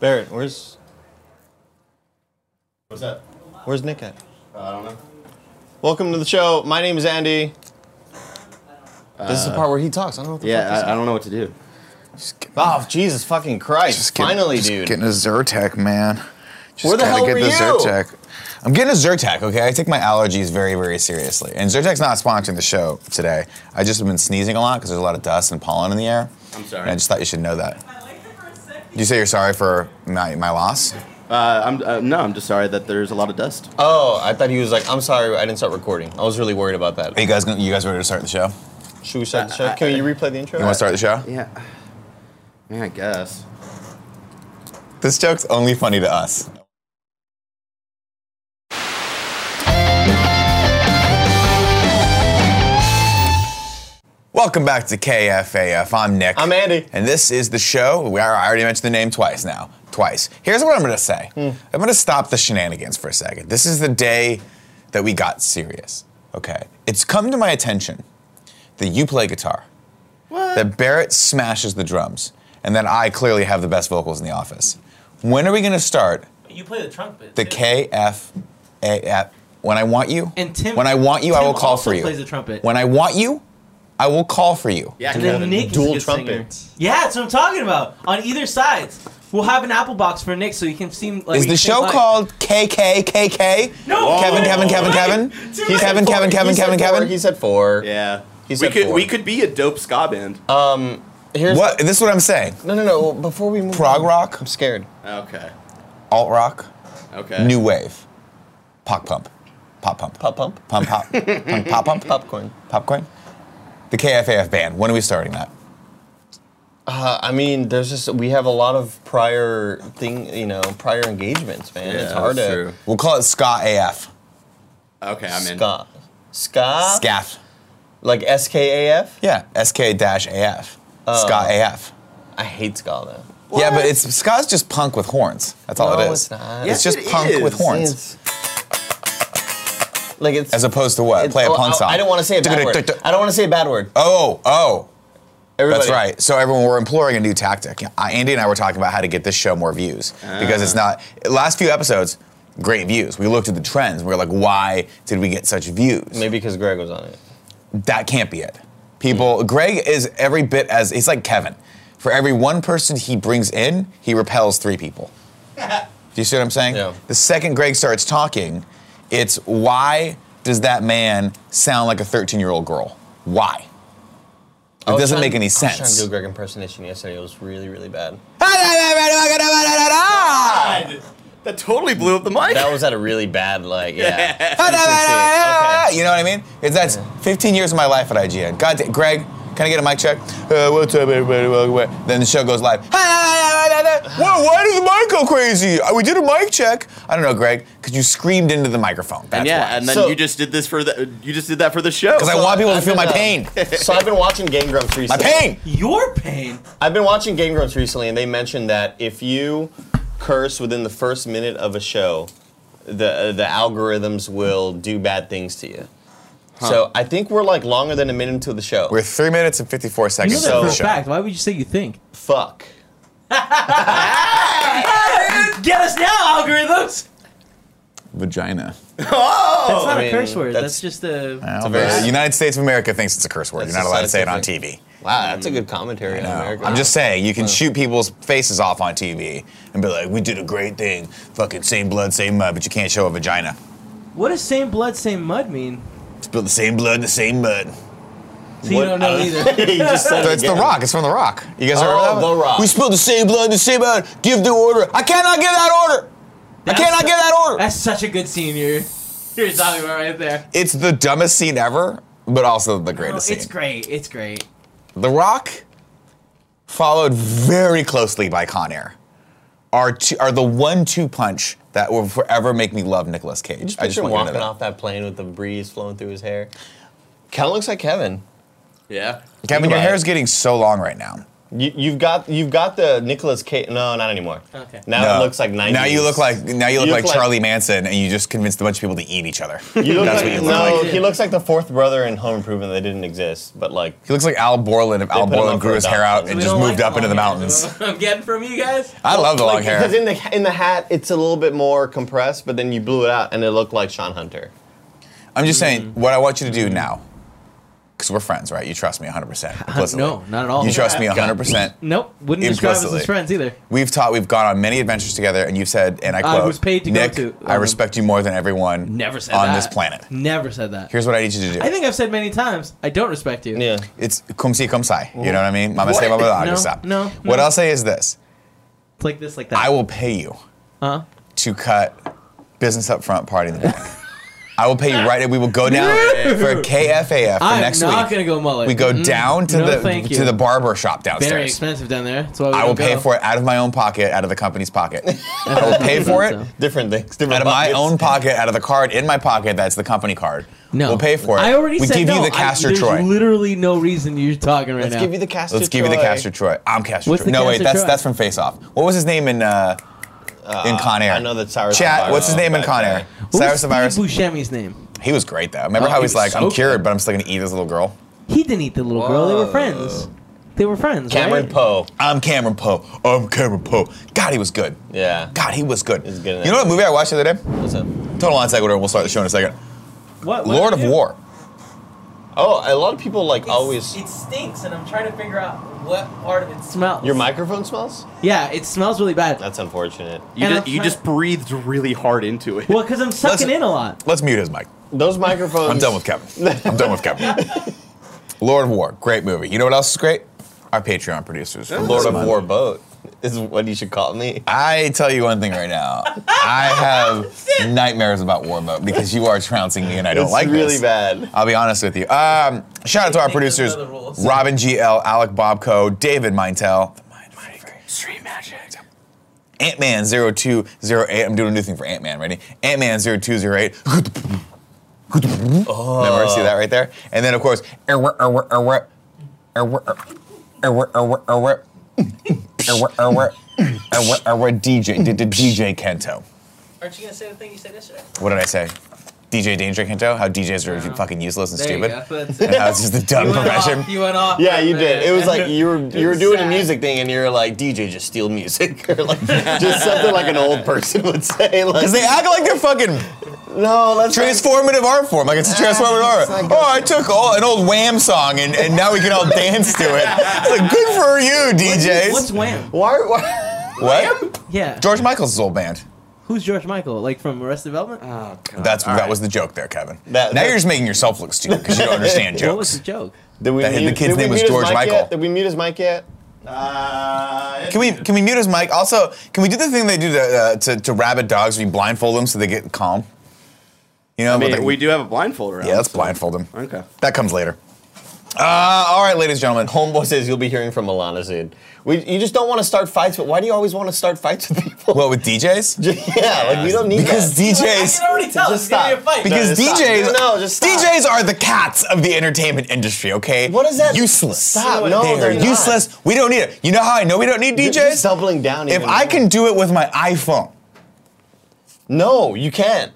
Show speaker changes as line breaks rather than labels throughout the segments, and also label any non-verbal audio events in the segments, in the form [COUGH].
Barrett, where's
What's that?
where's Nick at?
Uh, I don't know.
Welcome to the show. My name is Andy. this is the part where he talks. I don't know what the
Uh, Yeah,
fuck
I, I don't know what to do.
Just get-
this is. Oh, Jesus fucking Christ.
just get-
Finally,
just
dude.
Getting a Zyrtec, man. Just
Where the
gotta
hell
get
were
the
you?
Zyrtec. I'm getting a Zyrtec, okay? I take my allergies very, very seriously. And Zyrtec's not sponsoring the show today. I just have been sneezing a lot because there's a lot of dust and pollen in the air.
I'm sorry.
And I just thought you should know that.
I like it for a second.
Do you say you're sorry for my, my loss?
Uh, I'm uh, no, I'm just sorry that there's a lot of dust.
Oh, I thought he was like, I'm sorry, I didn't start recording. I was really worried about that.
Are you guys, gonna, you guys ready to start the show?
Should we start the show? Can you replay the intro?
You want to start the show?
Yeah. Yeah, I guess.
This joke's only funny to us. Welcome back to KFAF. I'm Nick.
I'm Andy.
And this is the show where I already mentioned the name twice now. Twice. Here's what I'm going to say
Hmm.
I'm going to stop the shenanigans for a second. This is the day that we got serious. Okay. It's come to my attention that you play guitar,
What?
that Barrett smashes the drums, and that I clearly have the best vocals in the office. When are we going to start
You play the trumpet.
the
too.
KFAF? When I want you?
And Tim-
When I want you, I
Tim
will call
also
for you.
plays the trumpet.
When I want you, I will call for you.
yeah,
And then Nick
Dual
is a good
trumpets.
singer. Yeah, that's what I'm talking about. On either sides, we'll have an apple box for Nick, so you can seem like.
Is the
you
show
can think
called KKKK?
No,
Kevin,
wait,
Kevin, Kevin,
wait.
Kevin.
Too
He's
late.
Kevin, Kevin, Kevin,
he said
Kevin,
four,
Kevin.
He said four.
Yeah. Oh.
He
we
said
could
four.
we could be a dope ska band.
Here's
What? This is what I'm saying.
No, no, no. Before we move
Prog
on,
rock?
I'm scared.
okay.
Alt rock,
Okay.
new wave, pop pump, pop pump,
Pop pump.
pump pop, pump pop pump,
Popcorn.
popcorn. The KFAF band. When are we starting that?
Uh, I mean, there's just we have a lot of prior thing, you know, prior engagements, man. it's hard
that's
to
true.
We'll call it Ska AF.
Okay, I'm in.
ska, ska,
SCAF.
like SKAF.
Yeah, SK dash AF.
Oh.
Ska AF.
I hate ska though.
Yeah, but it's ska's just punk with horns. That's all
No,
it is.
it's not. Yes,
It's just
it
punk with
is.
horns.
It's- like it's
As opposed to what?
it's-
Play a
oh,
punk
I-
song.
I don't want to say a bad word. I don't want to say a bad word.
Oh, oh.
Everybody,
That's right. So everyone, we're employing a new tactic. Uh, Andy and I were talking about how to get this show more views because it's
Ah.
not. Last few episodes, great views. We looked at the trends. and we were like, why did we get such views?
Maybe because Greg was on it.
That can't be it.
Mm.
People. Greg is every bit as he's like Kevin. For every one person he brings in, he repels three people.
[LAUGHS]
Do you see what I'm saying?
Yeah.
The second Greg starts talking, it's why does that man sound like a 13 year old girl? Why? It
I was
doesn't
trying-
make any
I was trying to
sense.
do a
[LAUGHS]
Greg impersonation yesterday. It was really, really bad.
That totally blew up the mic. [LAUGHS]
That was at a really bad like.
[LAUGHS]
Yeah.
uh,
Okay.
You know what I mean? It's that's 15 years of my life at IGN. God damn, Greg, can I get a mic check? Uh, what's up, everybody? Welcome back. Then the show goes live. Whoa, why did the mic go crazy? Uh, We did a mic check. I don't know, Greg, because you screamed into the microphone. That's
and yeah, and then
So-
you just did this for the you just did that for the show.
Because I want people to
I've
feel my
been, uh,
pain.
so I've been watching Game Grumps
My
recently.
pain.
Your pain.
I've been watching Game Grumps recently, and they mentioned that if you curse within the first minute of a show, the the algorithms will do bad things to you. So I think we're like longer than a minute into the show.
We're three minutes and 54
You
seconds into
know that
the
for a
show.
fact. Why would you say you think?
Fuck.
Get us now, algorithms.
Vagina. Oh,
That's not
I mean,
a curse word.
that's-
That's, just a.
Well,
very-
the United States of America thinks it's a curse word.
That's
You're not allowed to say it on
scientific.
TV.
Wow, that's a good commentary on
No.
America.
Mm. I'm just saying, you can shoot people's faces off on TV and be like, we did a great thing. Fucking same blood, same mud, but you can't show a vagina.
What does same blood, same mud mean?
Spill the same blood, the same mud.
So you
What?
don't know either.
[LAUGHS]
he just said it
It's The
again.
Rock. It's from The Rock. You guys
Oh,
remember that? one?
The Rock.
We spilled the same blood, the same mud. Give the order. I cannot give that order.
That's
I cannot
su-
give that order.
That's such a good scene you're, you're talking about right there.
It's the dumbest scene ever, but also the
Oh,
greatest
it's
scene.
great. It's great.
The Rock, followed very closely by Con Air, are, two, are the one-two punch that will forever make me love Nicolas Cage.
Just
I
picture him
want you to know
walking
that.
off that plane with the breeze flowing through his hair. Kevin looks like Kevin.
[LAUGHS] Yeah.
Kevin, your
about it.
hair's getting so long right now.
You, you've got you've got the Nicolas Cage. No, not anymore.
Okay.
Now
No.
it looks like 90s.
Now you look like now you look, like, Charlie Manson, and you just convinced a bunch of people to eat each other. [LAUGHS]
You look
That's
like,
what you look
no,
like.
he looks like the fourth brother in Home Improvement that didn't exist, but like
He looks like Al Borland if Al
put him
Borland
up
grew
for
his hair out
adoption.
and
We
just
don't
moved
like
up into the
long hair.
mountains.
That's what [LAUGHS] I'm getting from you guys.
I love the long
Like, Because
hair.
in the in the hat, it's a little bit more compressed, but then you blew it out and it looked like Sean Hunter.
I'm just
Mm-hmm.
saying what I want you to do now, because we're friends, right? You trust me 100. percent
Uh, no, not at all. Uh,
You trust me 100. percent
Nope, wouldn't describe us as
Implicitly.
friends either.
We've taught, we've gone on many adventures together, and you've said, and I
I
quote,
was paid to go
Nick,
to- um,
I respect you more than everyone
Never said
on
that.
this planet.
Never said that.
Here's what I need you to do.
I think I've said many times, I don't respect you.
Yeah.
it's cum si cum si. You know what I mean? Mama say,
What?
mama da,
No,
stop.
no,
What
no.
I'll say is this:
It's like this, like
I
that.
will pay you
huh?
to cut business up front, party in the back. I will pay you right. We will go down for KFAF for
I'm
next
not
week.
gonna go mullet.
we go down to
No,
the
thank
to
you.
the barber shop
Very
downstairs.
expensive down there. That's why we
I will
don't
pay
go.
for it out of my own pocket, out of the company's
[LAUGHS]
pocket. I will pay for it
Different things. Different
out of my
buckets.
own pocket, out of the card in my pocket. That's the company card.
No,
we'll pay for it.
I already
we
said
give
no.
you the
I-
Castor
there's
Troy.
literally no reason you're talking right
Let's
now.
give you the caster.
Let's give you the
Troy.
Castor Troy. I'm Castor
What's
Troy.
the
No, wait,
Castor
that's
Troy?
that's from Face Off. What was his name in uh, in Con Air?
I know that Cyrus
Chat.
Elvira
What's his
was
name in
that
Con Air?
guy.
What
Cyrus
was
the Virus.
Steve Buscemi's name?
He was great though. Remember
Oh,
how
he
he's
was
like,
so
I'm cured,
good.
but I'm still gonna eat this little girl.
He didn't eat the little girl. They were friends. They were friends.
Cameron
right?
Poe.
I'm Cameron Poe. I'm Cameron Poe. God, he was good.
Yeah.
God, he was good.
He's good in
you know
that.
what movie I watched the other day?
What's up?
Total on sequitur. and We'll start the show in a second.
What, what
Lord of
did you do?
War.
Oh, a lot of people like always.
It stinks, and I'm trying to figure out what part of it smells.
Your microphone smells.
Yeah, it smells really bad.
That's unfortunate.
You,
And
just,
I'm
you
trying-
just breathed really hard into it.
Well, because I'm sucking
Listen.
in a lot.
Let's mute his mic.
Those microphones.
I'm done with Kevin. I'm done
[LAUGHS]
with Kevin. Lord of War, great movie. You know what else is great? Our Patreon producers. from
Lord
this
of
month.
War boat is what you should call me.
I tell you one thing right now. [LAUGHS] I have nightmares about Warboat because you are trouncing me and I don't
it's
like
really
this.
bad.
I'll be honest with you. Um, shout out to our
Think those
producers
are the rules.
Robin GL, Alec Bobco, David Mintel, the Mind Freak,
Stream magic.
Ant Man 0208. I'm doing a new thing for Ant Man, ready? Ant Man 0208. Remember, see that right there? And then, of course, erwar, erwar, erwar, erwar, erwar, erwar, erwar, erwar, erwar, erwar, erwar, DJ, d- d- DJ Kento.
Aren't you gonna say the thing you said yesterday?
What did I say? DJ Danger Kento? How DJs are
Wow.
fucking useless and
There you
stupid.
[LAUGHS]
go. That's
And
it.
how it's just a dumb
[LAUGHS] You went
profession.
off. You went off.
Yeah, you
right
did. It
there.
was
[LAUGHS]
like you were you were
was
doing a
sad.
music thing, and you're like DJ, just steal music, [LAUGHS] or
[LAUGHS]
like just something like an old person would say. Like,
Because they act like they're fucking
no, let's not-
transformative art form. Like it's a transformative
Ah,
art.
it's not good.
Oh, I took all, an old Wham song and, and now we can all dance to it. It's like good for you, DJs.
What's Wham?
Why? why
what?
Yeah.
George Michael's old band.
Who's George Michael? Like from Arrested Development?
Oh, God.
That's
All
that
right.
was the joke there, Kevin.
That-
now
that-
you're just making yourself look stupid because you don't understand
what was
jokes.
the joke?
did we?
That- the
mute- did
kid's
we
name was
mute his
George
mic
Michael.
Yet? Did we mute his mic yet?
Uh,
Can we can we mute his mic? Also, can we do the thing they do to uh, to, to rabid dogs? where you blindfold them so they get calm. You know,
I
but
mean,
they-
we do have a blindfold around.
yeah, let's
so-
blindfold them.
Okay.
That comes later. Uh, all right, ladies and gentlemen.
Homeboy says you'll be hearing from Alana soon. We, you just don't want to start fights, but why do you always want to start fights with people? [LAUGHS]
What with DJs?
yeah, like you don't need
Because
that.
DJs.
already tell.
Just stop.
Because
No, just stop.
DJs,
No, just stop.
DJs are the cats of the entertainment industry. Okay,
What is that?
Useless.
Stop. No,
they are
they're not.
useless. We don't need it. You know how I know we don't need
You're just
DJs?
doubling down.
If
even
I
more.
can do it with my iPhone,
no, you can't.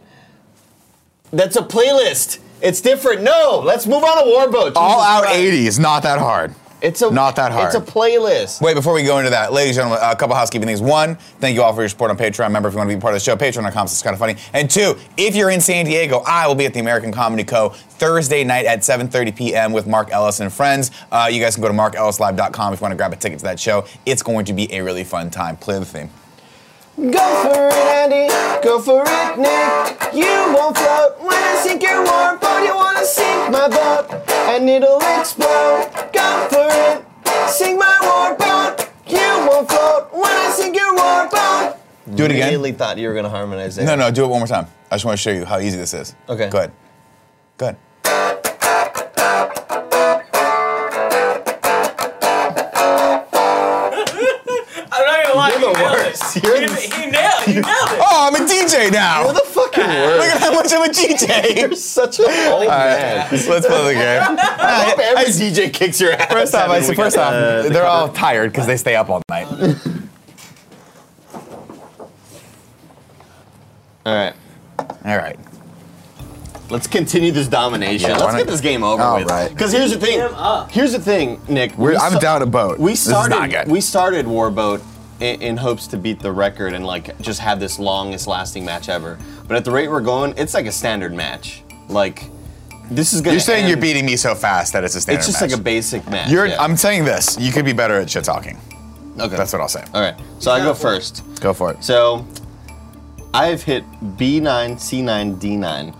That's a playlist. It's different. No, let's move on to Warboat. Jesus
all out
Christ.
'80s, not that hard.
It's a
Not that
It's
hard.
a playlist.
Wait, before we go into that, ladies and gentlemen, a couple housekeeping things. One, thank you all for your support on Patreon. Remember, if you want to be part of the show, patreon.com, it's kind of funny. And two, if you're in San Diego, I will be at the American Comedy Co. Thursday night at 7.30 p.m. with Mark Ellis and friends. Uh, you guys can go to markellislive.com if you want to grab a ticket to that show. It's going to be a really fun time. Play the theme.
Go for it, Andy. Go for it, Nick. You won't float when I sink your warm boat. You wanna sink my boat, and it'll explode. Go for it. Sink my warm boat. You won't float when I sink your warm boat.
Do it again.
Immediately thought you were gonna harmonize it.
No, no, do it one more time. I just want to show you how easy this is.
Okay.
Go ahead. Go ahead.
I'm not gonna lie.
You're the worst. You're the
He nailed it. He nailed it.
Oh, I'm a DJ now.
Who the fuck
Look at how much I'm a DJ.
You're such an old man.
Let's play the game.
I hope every DJ kicks your ass.
First off,
after
I,
we
first
got
off,
the- the
they're
cover.
all tired because they stay up all night.
All right.
All right.
Let's continue this domination.
Yeah, why
Let's
don't-
get this game over
All
with.
right.
Because here's the thing.
Him up.
Here's the thing, Nick.
We're,
We
I'm
sta-
down a boat.
We
This is not
started.
good.
We started Warboat in, in hopes to beat the record and like just have this longest lasting match ever. But at the rate we're going, it's like a standard match. Like this is gonna.
you're saying you're
end-
beating me so fast that it's a standard
It's just
match.
like a basic match.
You're,
yeah.
I'm saying this. You could be better at shit talking.
okay.
That's what I'll say.
All right. So I go first.
Go for it.
So I've hit B9, C9, D9.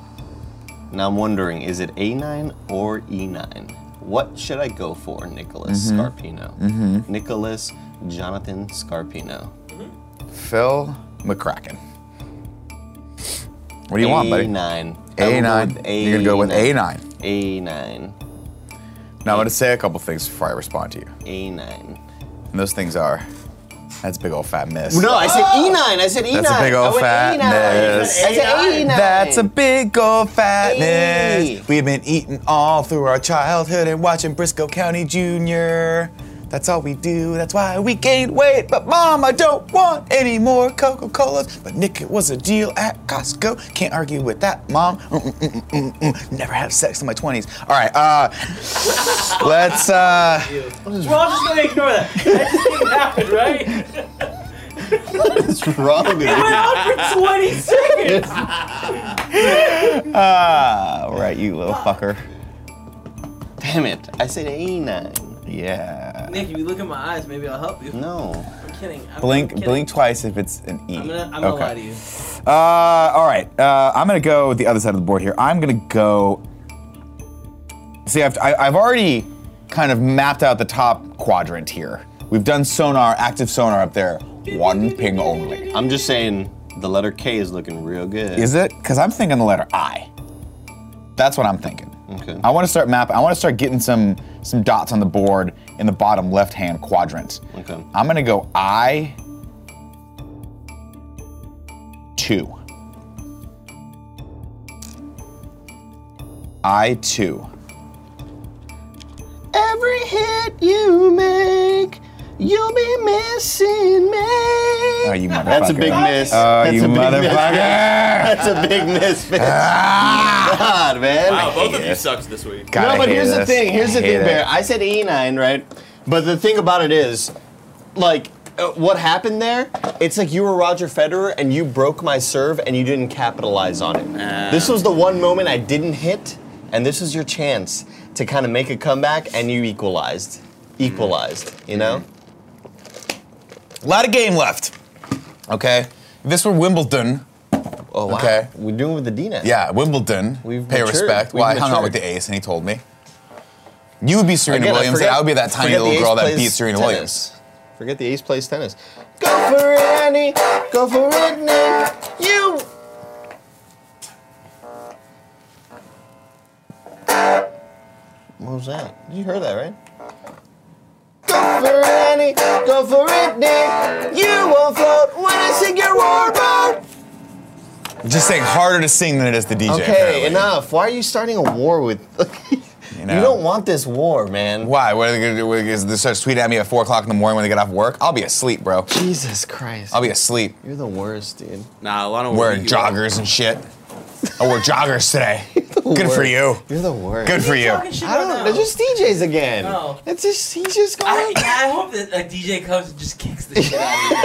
Now I'm wondering, is it A9 or E9? What should I go for, Nicholas
Mm-hmm.
Scarpino? Nicholas Jonathan Scarpino.
Phil McCracken. What do you want, buddy?
A9.
A9. You're gonna go with A9.
A9.
Now I'm gonna say a couple things before I respond to you.
A9.
And those things are, that's a big old fat miss.
No, I said E9. I said E9.
That's a big old
I went
fat
A9.
miss.
I said E A9.
That's a big old fat
Hey.
miss. We've been eating all through our childhood and watching Briscoe County Jr. That's all we do. That's why we gained weight. But mom, I don't want any more Coca Colas. But Nick, it was a deal at Costco. Can't argue with that, mom. Mm, mm, mm, mm, mm. Never had sex in my 20s. All right, uh, [LAUGHS] let's. Uh,
[LAUGHS]
We're all just gonna ignore that. That just didn't happen, right?
What's wrong with you?
We're out for 20 seconds.
all Ah, right, you little fucker.
Damn it. I said A9.
Yeah.
Nick, if you look in my eyes, maybe I'll help you.
No.
I'm kidding. I'm
Blink,
kidding.
blink twice if it's an E.
I'm gonna, I'm gonna lie to you.
Uh, all right. Uh, I'm gonna go with the other side of the board here. I'm gonna go. See, I've, I, I've already kind of mapped out the top quadrant here. We've done sonar, active sonar up there. One ping only.
I'm just saying the letter K is looking real good.
Is it? Because I'm thinking the letter I. That's what I'm thinking.
Okay.
I want to start mapping. I want to start getting some some dots on the board in the bottom left-hand quadrant.
Okay.
I'm gonna go I two. I two.
Every hit you make, you'll be missing me.
Oh, you motherfucker.
That's a big miss.
Oh,
That's
you
a big miss. [LAUGHS]
motherfucker.
That's a big miss, man.
ah!
God, man.
Wow, Oh, both of you sucked this week.
God, I
no, but
hate
here's the
this.
thing. Here's the
I hate
thing,
it.
Bear. I said E9, right? But the thing about it is, like, uh, what happened there? It's like you were Roger Federer and you broke my serve and you didn't capitalize on it. This was the one moment I didn't hit, and this was your chance to kind of make a comeback, and you equalized. Equalized, you know?
Mm-hmm. A lot of game left. Okay. If this were Wimbledon.
Oh, wow.
Okay.
We're doing with the D now.
Yeah, Wimbledon.
We've
pay
matured.
respect.
We've
well, I hung out with
matured.
the ace, and he told me. You would be Serena
Again, I
Williams,
forget-
and I would be that tiny
forget
little
the
girl
ace
that
plays
beat Serena
tennis.
Williams.
Forget the ace plays tennis. Go for it, Annie. Go for it, Nick. You. What was that? Did you hear that, right? Go for it, Annie. Go for it, Nick. You won't float when I sing your war boat.
Just saying, harder to sing than it is to DJ.
Okay,
apparently.
enough. Why are you starting a war with? [LAUGHS]
You
you,
know.
don't want this war, man.
Why? What are they gonna do? What, Is they start tweeting at me at four o'clock in the morning when they get off work? I'll be asleep, bro.
Jesus Christ.
I'll be asleep.
You're the worst, dude.
Nah, Lana will
Wearing
beat you up.
joggers and shit. I wore
[LAUGHS]
joggers today. Good for
worst.
you.
You're the worst.
Good for you.
Talking shit
I
right
don't.
now.
They're just DJs again.
No.
It's just he's just
I,
going.
I hope that a DJ comes and just kicks the shit out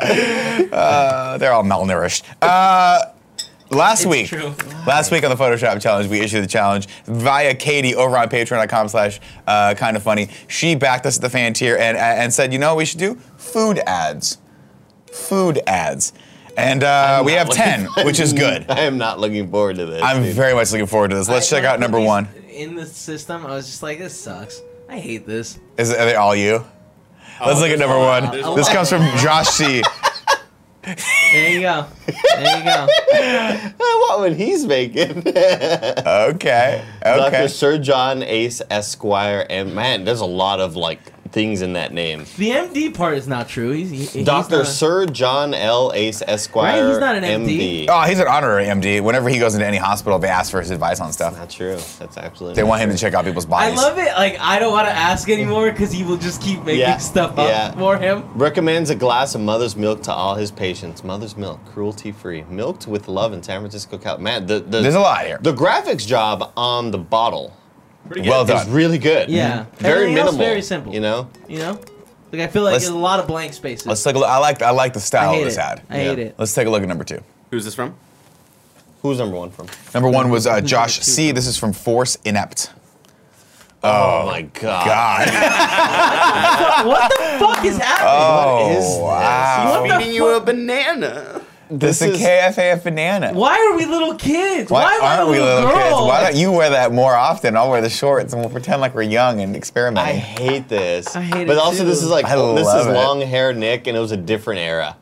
of you.
Uh, they're all malnourished. Uh, last
It's
week,
true.
last week on the Photoshop challenge, we issued the challenge via Katie over on patreon.com slash kind of funny. She backed us at the fan tier and, uh, and said, you know what we should do? Food ads. Food ads. And uh, we have 10, which is good.
I am not looking forward to this.
I'm
dude.
very much looking forward to this. Let's
I-
check out number
these-
one.
In the system, I was just like, this sucks. I hate this.
Is are they all you? Let's look at
Oh, there's
number
a lot.
one.
There's
a
This
lot.
comes from Josh C.
There you go. There you
[LAUGHS]
go.
[LAUGHS] What would he's making?
Okay.
Dr.
Okay.
Sir John Ace Esquire, and man, there's a lot of like things in that name.
The MD part is not true. He's, he, he's
Dr.
not a-
Sir John L. Ace Esquire.
Right, he's not an MD.
Oh, he's an honorary MD. Whenever he goes into any hospital, they ask for his advice on stuff.
Not true. That's absolutely
They
not
want him
true.
to check out people's
I
bodies.
love it. Like I don't want to ask anymore because he will just keep making
Yeah,
stuff up
yeah.
for him.
Recommends a glass of mother's milk to all his patients. Mother's milk, cruelty free, milked with love in San Francisco, California. Man, the, the
There's a lot here.
The graphics job on the bottle
Pretty good.
Well
is
done.
really good.
Yeah.
Oh, Mm-hmm. very
Everything else
minimal.
very simple.
You know,
You know, like I feel like
Let's-
there's a lot of blank spaces.
Let's take a look. I like I like the
I
style
hate
of this
it.
ad.
I
Yeah.
hate it.
Let's take a look at number two.
Who's this from?
who's number one from?
Number one was uh,
Who's
Josh
number two?
C. This is from Force Inept.
Oh, my god.
God.
what
[LAUGHS]
the fuck is happening?
Oh,
What is this?
wow.
What the
Feeding you
[LAUGHS]
a banana.
This is a KFAF banana.
Why are we little kids? Why, am I
aren't
a
we little
girl?
kids? Why don't you wear that more often? I'll wear the shorts and we'll pretend like we're young and
I
experimenting.
hate this.
I hate
But
it
also,
too.
this is like
I
this is
love it.
long hair Nick, and it was a different era.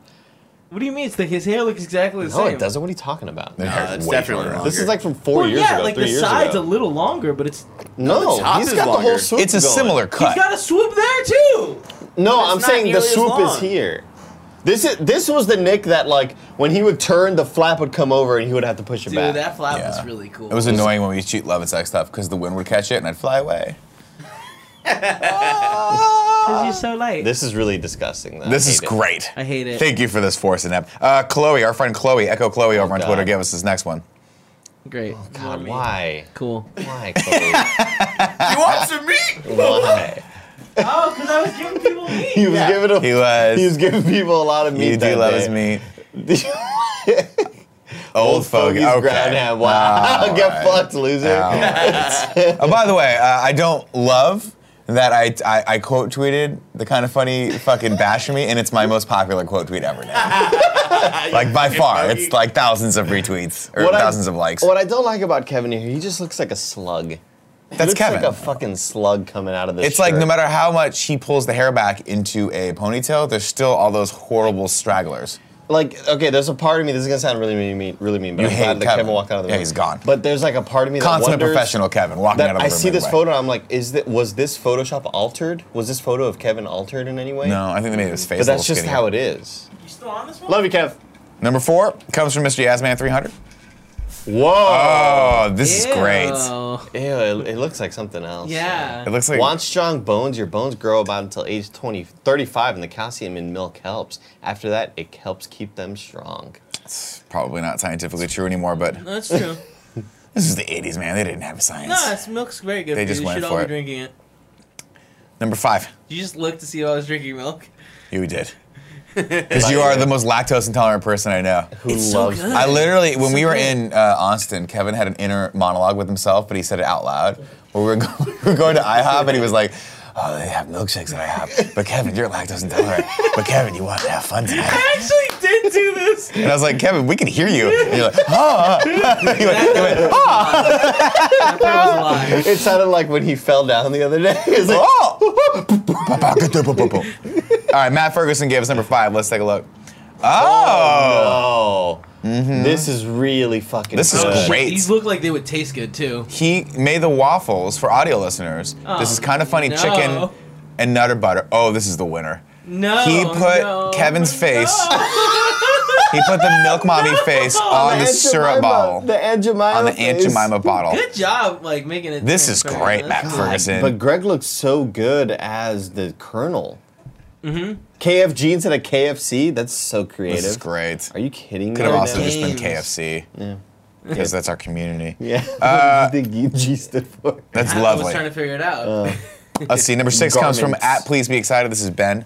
What do you mean? It's like his hair looks exactly the
No,
same.
it doesn't. What are you talking about?
Their hair's
it's
way
definitely
shorter.
wrong.
This is like from four
Well,
years
yeah,
ago,
like
three
the
years
side's
ago.
a little longer, but it's
no,
the top
he's
is
got the whole
longer.
swoop.
It's a
going.
similar cut.
he's got a swoop there too.
No,
It's
I'm
not
saying the
nearly as
swoop is
long.
here. This is this was the Nick that like when he would turn, the flap would come over and he would have to push it
Dude,
back.
that flap
Yeah.
was really cool.
It was annoying when we used to shoot love and sex stuff because the wind would catch it and I'd fly away.
'Cause you're so light.
this is really disgusting. Though.
This
I
is
hate it.
great.
I hate it.
Thank you for this Force Inept. Uh, Chloe, our friend Chloe, Echo Chloe over on
God.
Twitter, gave us this next one.
Great.
God, why?
Cool.
Why? Chloe?
You want some meat?
why?
Oh, because I was giving people meat.
He was
Yeah.
giving a,
He was.
he was giving people a lot of meat.
you do
that
love
day.
us, me.
[LAUGHS] Old fogies
Okay.
ground ham. [LAUGHS] Wow,
All
get
right.
fucked, loser.
Oh, by the way, uh, I don't love that I, I, I quote tweeted the kind of funny fucking bash me, and it's my most popular quote
[LAUGHS]
tweet ever now. like by far, it's like thousands of retweets or thousands
I,
of
[LAUGHS]
likes.
What I don't like about Kevin here, he just looks like a slug. He
That's
looks
Kevin.
Like a fucking slug coming out of this.
it's like no
shirt.
matter how much he pulls the hair back into a ponytail, there's still all those horrible stragglers.
like okay, there's a part of me. This is gonna sound really mean, mean really mean, but
You
I'm
hate
glad that
Kevin.
Kevin walked out of the
Yeah,
room.
he's gone.
But there's like a part of me that
Consummate
wonders
professional Kevin walking out
That
of the
I
room
see this
anyway.
photo. I'm like, is that was this Photoshop altered? Was this photo of Kevin altered in any way?
No, I think they made his face.
But
a
that's
little
just
skinnier.
how it is.
You still on this one?
Love you, Kev.
Number four comes from Mr. Yasman 300.
Whoa.
Oh, this is great.
Ew, it, it looks like something else.
Yeah.
It looks like
Want strong bones? Your bones grow about until age 20, 35, and the calcium in milk helps. After that, it helps keep them strong.
probably not scientifically true anymore, but
No,
[LAUGHS]
that's true.
this is the 80s, man. They didn't have science.
No, it's, milk's very good.
They
for
just
you.
went
you should
for
all
it.
be drinking it.
Number five,
You just look to see if I was drinking milk.
you did. Because you are the most lactose intolerant person I know.
Who
It's so good.
I literally, when we were
good.
in uh, Austin, Kevin had an inner monologue with himself, but he said it out loud. Where we were, go- [LAUGHS] we were going to IHOP, and he was like, "Oh, they have milkshakes at IHOP, but Kevin, you're lactose intolerant. But Kevin, you want to have fun tonight?"
I actually did do
[LAUGHS]
this.
And I was like, "Kevin, we can hear you." And [LAUGHS] you're like, "Ah." He went- he went,
That part was a lie.
It sounded like when he fell down the other day. [LAUGHS] It's like,
Oh! All right, Matt Ferguson gave us number five. Let's take a look. [LAUGHS] Oh,
Oh, this is really fucking.
This is
good.
great.
Shit, These look like they would taste good too.
he made the waffles for audio listeners. this is kind of funny
no.
chicken and nutter butter. Oh, this is the winner.
No.
he put
Oh, no,
Kevin's
no.
face. He put the milk mommy face on the
Aunt
syrup
Jemima-
bottle,
The Aunt Jemima.
on the Aunt
face.
Jemima bottle.
Good job, like making it.
This is
transparent.
great, Matt
That's cool.
Ferguson.
God, but Greg looks so good as the Colonel. Mm-hmm. KFG instead of KFC. That's so creative.
This is great.
Are you kidding me?
Could have
right
also
now?
just been
Games.
KFC. Yeah. Because that's our community.
[LAUGHS] Yeah.
Uh,
what do you think UG stood for?
That's
I
lovely.
was trying to figure it out.
Let's see. Number six comes from
Garments.
at Please Be Excited. This is Ben.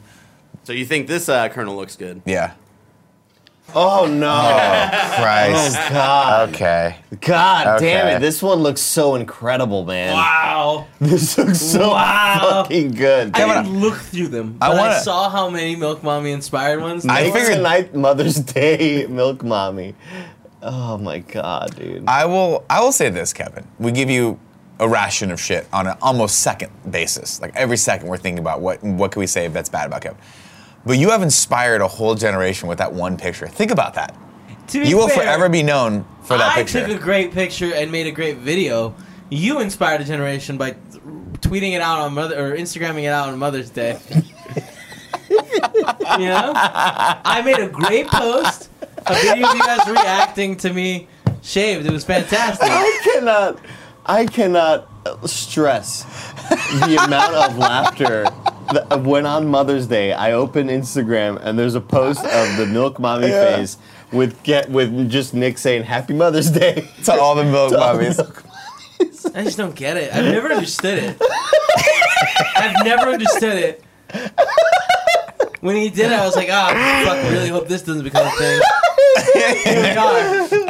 So you think this uh, colonel looks good?
Yeah.
Oh no!
Christ.
God,
[LAUGHS] Okay.
God damn
Okay.
it! This one looks so incredible, man.
wow.
[LAUGHS] This looks so
Wow.
fucking good.
I
Kevin, I-
didn't look through them, but I,
wanna-
saw how many Milk Mommy inspired ones.
I
there
I
were.
figured-
figured tonight Mother's Day milk mommy. Oh my god, dude.
I will. I will say this, Kevin. We give you a ration of shit on an almost second basis. Like every second, we're thinking about what what can we say that's bad about Kevin. But you have inspired a whole generation with that one picture. Think about that.
To be
You will
fair,
forever be known for that
I
picture.
took a great picture and made a great video. You inspired a generation by t- tweeting it out on mother or Instagramming it out on Mother's Day. [LAUGHS] you know, I made a great post, a video of you guys reacting to me shaved. It was fantastic.
I cannot, I cannot stress the amount of laughter. That when on Mother's Day, I open Instagram and there's a post of the Milk Mommy
Yeah.
face with get with just Nick saying Happy Mother's Day. [LAUGHS]
to all the milk
all the
mommies.
[LAUGHS] I just don't get it. I've never understood it. I've never understood it. When he did it, I was like, ah, I fuck, really hope this doesn't become a thing. Here we are.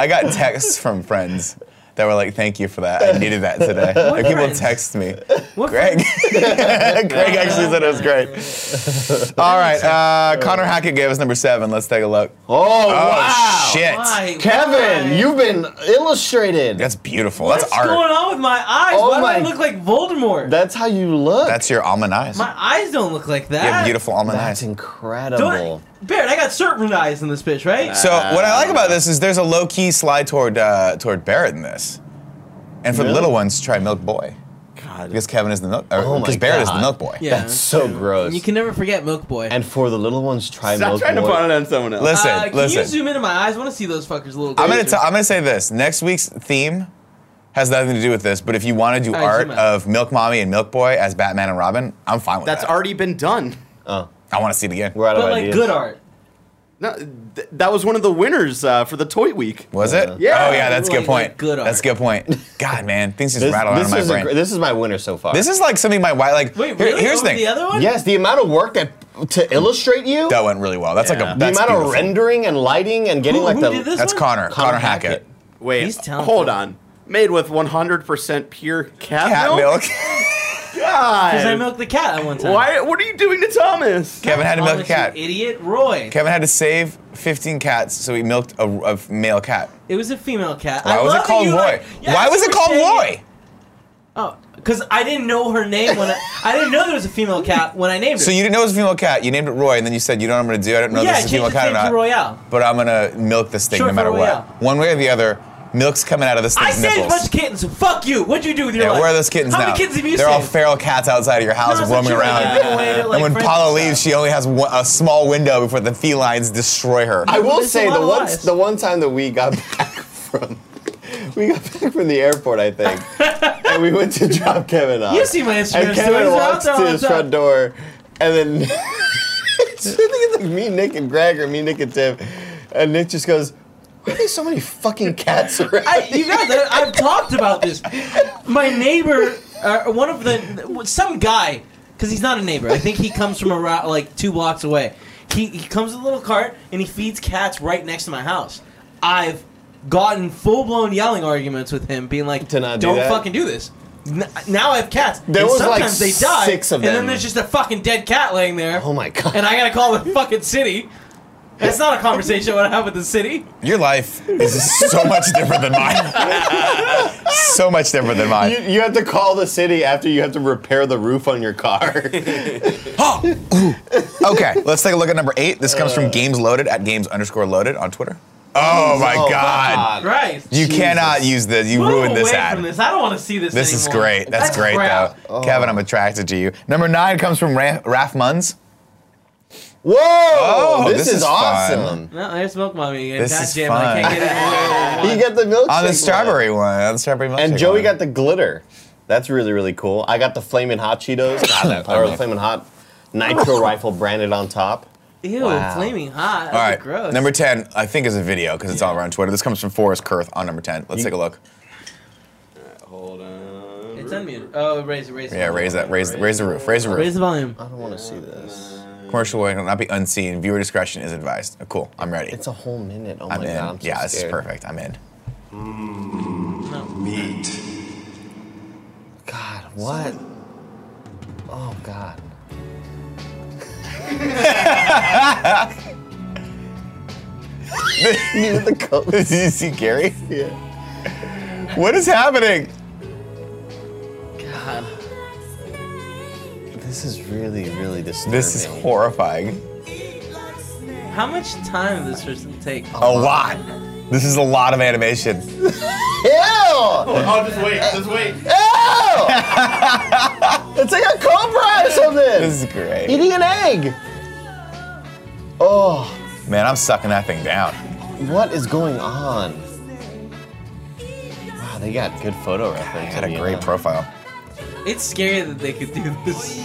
[LAUGHS] I got texts from friends that were like, "Thank you for that. I needed that today." Like, people
friends?
text me.
What
Greg. [LAUGHS] Greg actually said it was great. All right, uh, Connor Hackett gave us number seven. Let's take a look.
Oh, wow!
shit!
Why?
Kevin,
Why?
you've been illustrated.
That's beautiful.
What's
That's art.
going on with my eyes?
Oh
Why
my-
do I look like Voldemort?
That's how you look.
That's your almond eyes.
my eyes don't look like that.
you have beautiful almond
That's
eyes.
incredible.
Don't, Barrett, I got certain eyes in this bitch, right?
So what I like about this is there's a low key slide toward uh, toward Barrett in this, and for the
Really?
little ones, try Milk Boy
God.
because Kevin is the milk. Or,
Oh my
because Barrett is the
God.
Milk Boy.
yeah.
That's so gross.
And you can never forget Milk Boy.
and for the little ones, try
Stop
milk
trying to
Boy.
put it on someone else.
Listen,
uh, can
listen.
you zoom into my eyes? I want to see those fuckers a little
I'm gonna
closer.
t- I'm gonna say this. Next week's theme has nothing to do with this, but if you want to do
All right,
art
zoom out.
of Milk Mommy and Milk Boy as Batman and Robin, I'm fine with
Uh, That's
that.
already been done.
Oh,
I want to see it again.
we're out
But
of
like
ideas.
good art.
No, th- that was one of the winners uh, for the Toy Week.
Was it?
Yeah.
Oh yeah, that's a good
Like-
point.
like good
That's a
art.
good point. God, man, things
[LAUGHS]
just
This,
rattle out of
this,
my
is a,
brain.
gr- this is my winner so far.
this is like something my wife like.
Wait,
here-
really?
here's the
Over
thing.
the other one?
yes, the amount of work that to illustrate you,
That went really well. That's
Yeah.
like a.
the
The
Mm. That's
amount
beautiful.
of rendering and lighting and getting
Who-
like
who
the
did this?
That's
one?
Connor. Connor, Hackett.
Wait,
He's talented.
hold on. Made with 100% pure cat,
Cat
[LAUGHS]
milk.
God.
Because I milked the cat at one time.
Why? What are you doing to Thomas?
Kevin had to milk a
Honest,
cat.
you Idiot Roy.
Kevin had to save 15 cats, so he milked a, a male cat.
It was a female cat.
Why
I
was
love
it
that
called
you,
Roy?
like- Yeah,
Why
I
was
see
it
what
called
you're saying.
Roy?
Oh, because I didn't know her name when I, I didn't know there was a female cat when I named her.
So you didn't know it was a female cat. You named it Roy, and then you said, "You know what I'm going to do? I don't know
yeah,
if this is a
change
female
its
cat or
name to
not,
Royale.
but I'm going to milk this thing
Sure,
no
for
matter what.
Royale.
One way or the other, milk's coming out of this
I
thing's
saved a
nipples."
bunch of kittens. Fuck you. What'd you do with your
yeah,
life?
where are those kittens
How
now?
many kittens have you
They're all
saved?
feral cats outside of your house,
No, it's
roaming
like you, like,
around.
give away to, like,
and when
friends
Paula
and
leaves,
stuff.
she only has one, a small window before the felines destroy her.
I will
There's a
say
lot
the
of
one
lies.
the one time that we got [LAUGHS] back from we got back from the airport, I
[LAUGHS]
think, and we went to drop Kevin off.
You see my Instagram
and
stories,
Kevin
they're out
walks
there all
to
the
his
time.
front door, and then [LAUGHS] I think it's like me, Nick, and Greg, or me, Nick, and Tim, and Nick just goes, "Why are there so many fucking cats around?"
I, you guys, I, I've talked about this. My neighbor, uh, one of the, some guy, because he's not a neighbor. I think he comes from around like two blocks away. He he comes with a little cart and he feeds cats right next to my house. I've gotten full blown yelling arguments with him, being like,
To not do
"Don't
that?
fucking do this." N- now I have cats.
There
and
was, like,
sometimes they die,
six of
and
them.
then there's just a fucking dead cat laying there.
oh my god!
And I gotta call the fucking city. That's not a conversation I want to have with
[LAUGHS]
the city.
Your life is so much different than mine. [LAUGHS] so much different than mine.
you, you have to call the city after you have to repair the roof on your
[LAUGHS]
car.
Oh,
okay, let's take a look at number eight. This comes
Uh.
from Games Loaded at Games underscore Loaded on Twitter. Oh my
Oh,
God.
Right.
You
Jesus.
cannot use this. You
Move
ruined this
away
ad.
From
This,
this. I don't want to see this.
is
anymore.
great. That's, great
crap. Oh.
though, Kevin. I'm attracted to you. Number nine comes from Ra- Raf Munz.
Whoa!
Oh,
this,
this
is,
is fun.
awesome.
No, there's Milk Mommy again.
This
God
is
damn, it, I
fun.
can't
[LAUGHS]
get it.
He got the milkshake
on the
one.
strawberry one. On the strawberry milkshake.
And Joey
one.
got the glitter. That's really really cool. I got the flaming hot Cheetos
that
or the
Flamin'
flaming hot nitro rifle branded on top.
Ew,
Wow.
flaming hot. That's
All right,
gross.
number ten. I think is a video because it's all around Twitter. This comes from Forrest Kurth on number ten. Let's take a look.
Hold on.
It's unmuted. Oh, raise, raise.
Yeah, raise that. Raise raise the roof. Raise the
Raise
roof.
the volume.
Oh,
I don't want to see this.
Commercial will not be unseen. Viewer discretion is advised. Uh, Cool. I'm ready.
It's a whole minute. Oh
I'm
my
in.
god! I'm so
yeah, this is
scared.
perfect.
[LAUGHS]
I'm in.
God, what? Oh god. Near
[LAUGHS]
the coat.
Did you see Gary?
Yeah.
What is happening?
God. This is really really disturbing.
This is horrifying.
How much time does this person take?
A lot. This is a lot
[LAUGHS]
of animation.
Ew! [LAUGHS]
Oh, just wait. Just wait.
Ew! It's like a cobra or something.
This is great.
Eating an egg. Oh,
Man, I'm sucking that thing down.
what is going on? Wow, they got good photo reference.
Had
in
a
the,
great
uh,
profile.
It's scary that they could do this.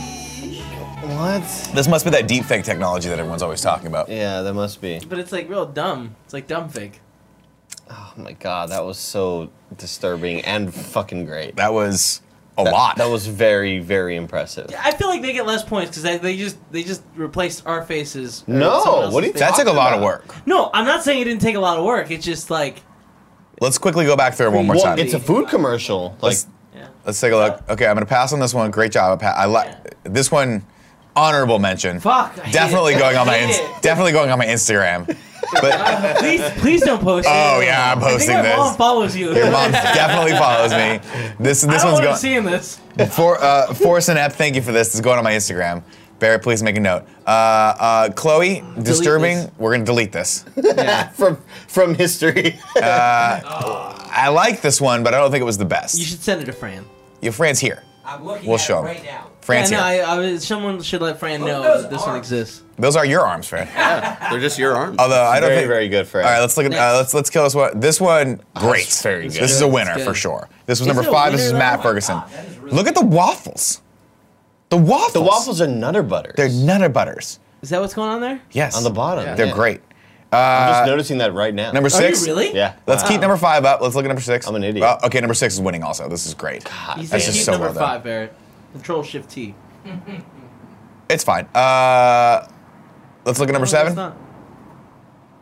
What?
This must be that deep fake technology that everyone's always talking about.
Yeah, that must be.
But it's like real dumb. It's like dumb fake.
Oh my god, that was so disturbing and fucking great.
That was a
That-
lot.
That was very, very impressive.
I feel like they get less points because they, they just they just replaced our faces. or
No,
someone else's
what do you
face.
that took a lot of
Talking
work.
about-
No, I'm not saying it didn't take a lot of work. It's just like
Let's quickly go back through it one more
Well,
time.
it's a food commercial. Like, [LAUGHS]
Let's,
yeah.
let's take a look.
uh,
Okay, I'm gonna pass on this one. Great job. I, pa- I like this one. Honorable mention.
Fuck, I hate
Definitely
it.
going on
I
my
hate
ins-
it.
definitely going on my Instagram. But
[LAUGHS] please please don't post.
Oh,
it.
yeah, I'm posting
I think my
this.
mom follows you.
your mom definitely follows me. This
I
this one's
don't want
going.
to see in this.
For uh, Forrest and Epp, thank you for this. It's going on my Instagram. Barrett, please make a note. Uh, uh, Chloe, disturbing.
this.
We're gonna delete this.
from from history.
I like this one, but I don't think it was the best.
You should send it to Fran.
Your friend's here.
I'm looking
We'll
at
show
it
'em.
right now.
Fran's
yeah, no, I,
here.
I, was- someone should let Fran know
those
that this one
arms.
exists.
Those are your arms, Fran.
They're just your arms.
Although I don't
very,
think.
very good for
All right, let's look at
Next.
uh, let's let's kill this one. This one, great.
That's very good.
This is a winner
That's good.
for sure. This was
Is
number
it a
five. This is
winner,
Matt
though?
Ferguson.
God, that is really
Look at the waffles. The waffles.
the waffles are Nutter Butters.
They're nutter butters.
Is that what's going on there?
Yes.
on the bottom.
They're
yeah.
great. Uh,
I'm just noticing that right now.
Number
Are
six.
you really?
Yeah.
Let's keep number five up. Let's look at number six.
I'm an idiot.
Uh, okay, number six is winning also. This is great. That's
He's That's
just
keep
so
number
well done.
five, Barrett. Control Shift T.
It's fine. Uh, let's look at number
No, that's
seven.
not.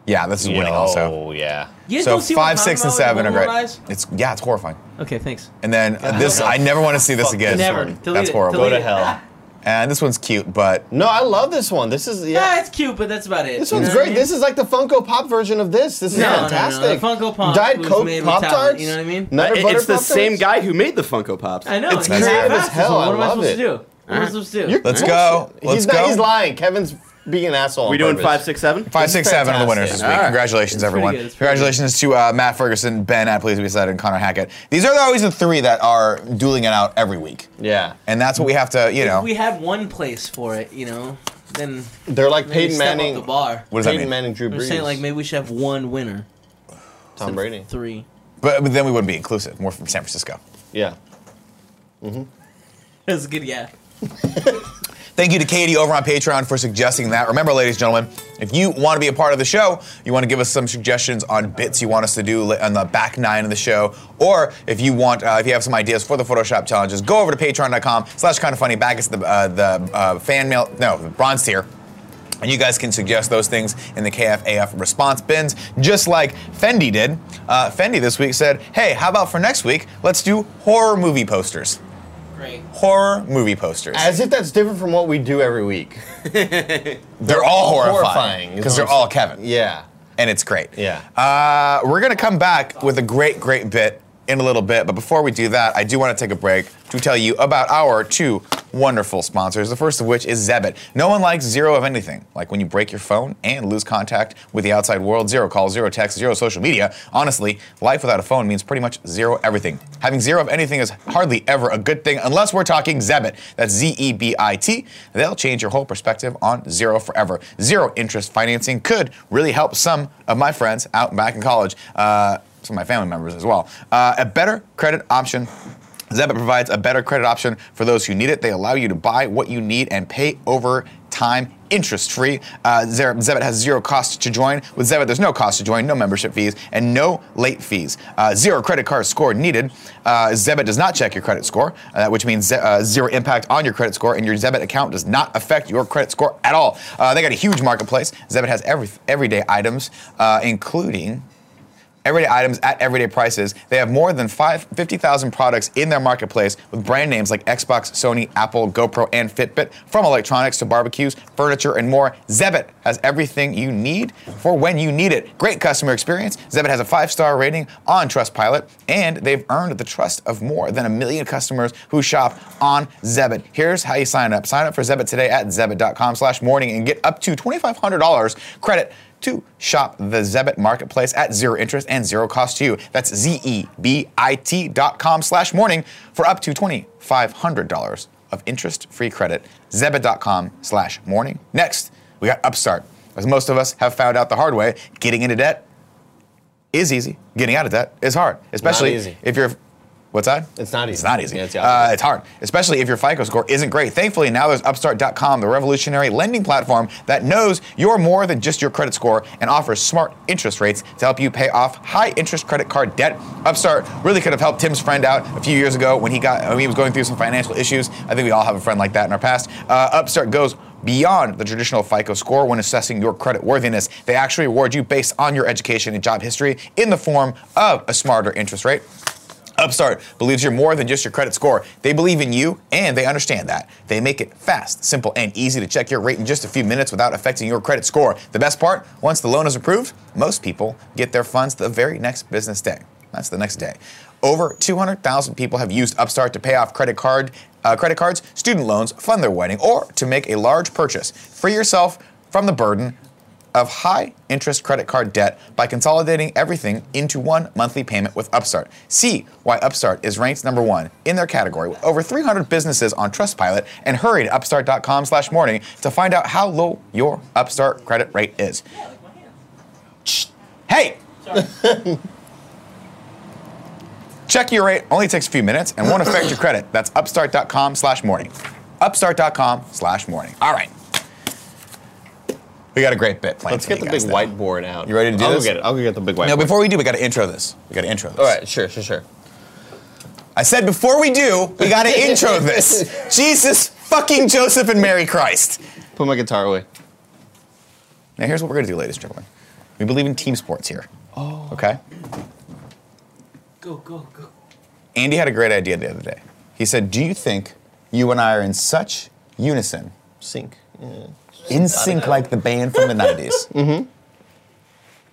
Yeah, this is
Yo,
winning also.
yeah.
You guys
So
don't see what
five,
I'm
six, and
talking
seven
about
are
with
great.
Google Eyes?
It's yeah, it's horrifying.
Okay, thanks.
And then uh, this, I never want to see this
Fuck
again.
this
Never.
one.
Delete
That's
it.
horrible.
Go to
Delete it.
hell.
And this one's cute, but
No, I love this one. This is
Yeah,
yeah.
it's cute, but that's about it.
This
You know
one's
what I
great.
mean?
This is like the Funko Pop version of this. This is
No, no, no, no.
fantastic.
The Funko Pop
Diet
was
Coke
made with
Pop
talent,
Tarts.
you know what I mean?
Nutter
It-
Butter
it's the
Pop-Tarts?
same guy who made the Funko Pops.
I know.
It's
he's
creative
half-assed
as
this
hell.
one. What
I
am I
love
supposed
it.
to do? What am I supposed to do?
You're
Let's
bullshit.
go. Let's
he's Not,
go.
he's lying. Kevin's being an asshole. on
We doing
purpose.
five, six, seven?
five,
It's
six, seven are the winners this
fantastic.
week.
All right.
Congratulations,
pretty
everyone.
good. It's pretty
Congratulations to uh, Matt Ferguson, Ben at Please Be Said, and Connor Hackett. These are always the three that are dueling it out every week.
Yeah,
And that's what we have to, you know.
If we had one place for it, you know, then
they're like
maybe
Peyton
step up
Manning.
the bar.
what does that
Peyton
mean?
Manning, Drew
I'm
Brees,
saying like maybe we should have one winner.
Tom Brady.
Three.
But, but then we wouldn't be inclusive. We're from San Francisco.
Yeah.
[LAUGHS] That's a good yeah.
Thank you to Katie over on Patreon for suggesting that. Remember, ladies and gentlemen, if you want to be a part of the show, you want to give us some suggestions on bits you want us to do li- on the back nine of the show, or if you want, uh, if you have some ideas for the Photoshop challenges, go over to patreon.com slash kind of funny. Back is the, uh, the uh, fan mail, no, the bronze tier. And you guys can suggest those things in the KFAF response bins, just like Fendi did. Uh, Fendi this week said, hey, how about for next week, let's do horror movie posters.
Great.
Horror movie posters.
As if that's different from what we do every week.
They're all horrifying
horrifying, is
because
what
they're
I'm
all Kevin,
[LAUGHS] Yeah.
and it's great.
Yeah.
Uh, we're gonna come back with a great, great bit in a little bit, but before we do that, I do want to take a break to tell you about our two wonderful sponsors. The first of which is Zebit. No one likes zero of anything, like when you break your phone and lose contact with the outside world. Zero calls, zero texts, zero social media. Honestly, life without a phone means pretty much zero everything. Having zero of anything is hardly ever a good thing unless we're talking Zebit. That's Z E B I T. They'll change your whole perspective on zero forever. Zero interest financing could really help some of my friends out back in college, uh, some of my family members as well. Uh, a better credit option. Zebit provides a better credit option for those who need it. They allow you to buy what you need and pay over time interest free. Uh, Zer- Zebit has zero cost to join. With Zebit, there's no cost to join, no membership fees, and no late fees. Uh, zero credit card score needed. Uh, Zebit does not check your credit score, uh, which means ze- uh, zero impact on your credit score, and your Zebit account does not affect your credit score at all. Uh, they got a huge marketplace. Zebit has every- everyday items, uh, including everyday items at everyday prices. They have more than five- 50,000 products in their marketplace with brand names like Xbox, Sony, Apple, GoPro, and Fitbit, from electronics to barbecues, furniture, and more. Zebit has everything you need for when you need it. Great customer experience. Zebit has a five star rating on Trustpilot, and they've earned the trust of more than a million customers who shop on Zebit. Here's how you sign up. Sign up for Zebit today at zebit.com slash morning and get up to $2,500 credit to shop the Zebit Marketplace at zero interest and zero cost to you. That's E Z-E-B-I-T dot com slash morning for up to $2,500 of interest-free credit, zeba.com slash morning. Next, we got Upstart. As most of us have found out the hard way, getting into debt is easy. Getting out of debt is hard, especially
easy.
if you're. What's that?
It's not easy.
It's not easy.
Yeah, it's the
Uh,
opposite.
it's hard, especially if your FICO score isn't great. Thankfully, now there's Upstart.com, the revolutionary lending platform that knows you're more than just your credit score and offers smart interest rates to help you pay off high interest credit card debt. Upstart really could have helped Tim's friend out a few years ago when he got when he was going through some financial issues. I think we all have a friend like that in our past. Uh, Upstart goes beyond the traditional FICO score when assessing your credit worthiness. They actually reward you based on your education and job history in the form of a smarter interest rate. Upstart believes you're more than just your credit score. They believe in you and they understand that. They make it fast, simple, and easy to check your rate in just a few minutes without affecting your credit score. The best part once the loan is approved, most people get their funds the very next business day. That's the next day. Over 200,000 people have used Upstart to pay off credit card, uh, credit cards, student loans, fund their wedding, or to make a large purchase. Free yourself from the burden of high interest credit card debt by consolidating everything into one monthly payment with Upstart. See why Upstart is ranked number one in their category with over 300 businesses on Trustpilot and hurry to upstart.com slash morning to find out how low your Upstart credit rate is. Shh. Hey! Check your rate only takes a few minutes and won't affect your credit. That's upstart.com slash morning. Upstart.com slash morning. All right. We got a great bit planned.
Let's
for
get
you
the big
guys now.
whiteboard out.
You ready to do
I'll
this?
Go get it. I'll go get the big whiteboard.
Now, before we do, we got to intro this. We got to intro this.
All right, sure, sure, sure.
I said before we do, we got to intro this. Jesus fucking Joseph and Mary Christ.
Put my guitar away.
Now, here's what we're going to do, ladies and gentlemen. We believe in team sports here. Oh. Okay?
Go, go, go.
Andy had a great idea the other day. He said, Do you think you and I are in such unison,
Sink. Yeah.
in sync like the band from the 90s,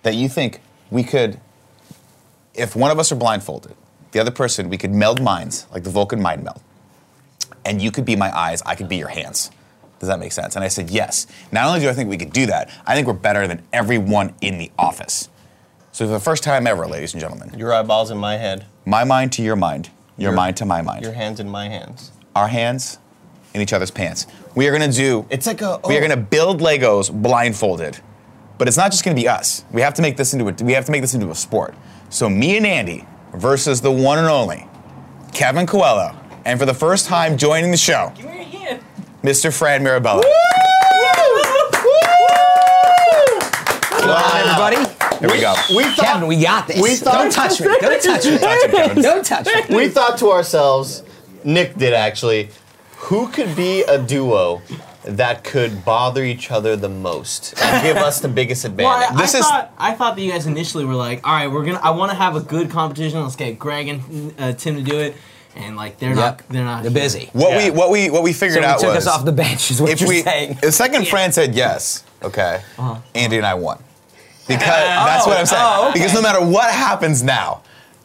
that you think we could, if one of us are blindfolded, the other person, we could meld minds like the Vulcan mind meld? and you could be my eyes, I could be your hands. Does that make sense? And I said, yes. Not only do I think we could do that, I think we're better than everyone in the office. So for the first time ever, ladies and gentlemen,
Your eyeballs in my head.
my mind to your mind, your,
Your-
mind to my mind,
Your hands in my hands.
our hands in each other's pants. We are gonna do,
It's like a.
we are
oh.
gonna build Legos blindfolded. But it's not just gonna be us. We have to make this into a, we have to make this into a sport. So me and Andy versus the one and only Kevin Coelho, and for the first time joining the show,
Give me your hand.
Mr. Fran Mirabella.
Wow. everybody.
Here we go.
We thought, Kevin, we got this.
we thought-
Don't touch me. Don't touch me.
Touch him, Kevin.
Don't touch me.
we thought to ourselves, Nick did actually, who could be a duo that could bother each other the most and give us the
[LAUGHS]
biggest
[LAUGHS] Well,
advantage?
I,
This
I
is-
thought I thought that you guys initially were like, all right, we're gonna. I want to have a good competition. Let's get Greg and uh, Tim to do it, and like they're not,
Yep.
they're not.
They're busy.
What
Yeah.
we what we what we figured
So we
out
took
was
us off the bench, is what
if
you're
we
[LAUGHS] saying.
the second Fran said yes, okay, Andy and I won because that's what I'm saying.
oh, okay.
Because no matter what happens now,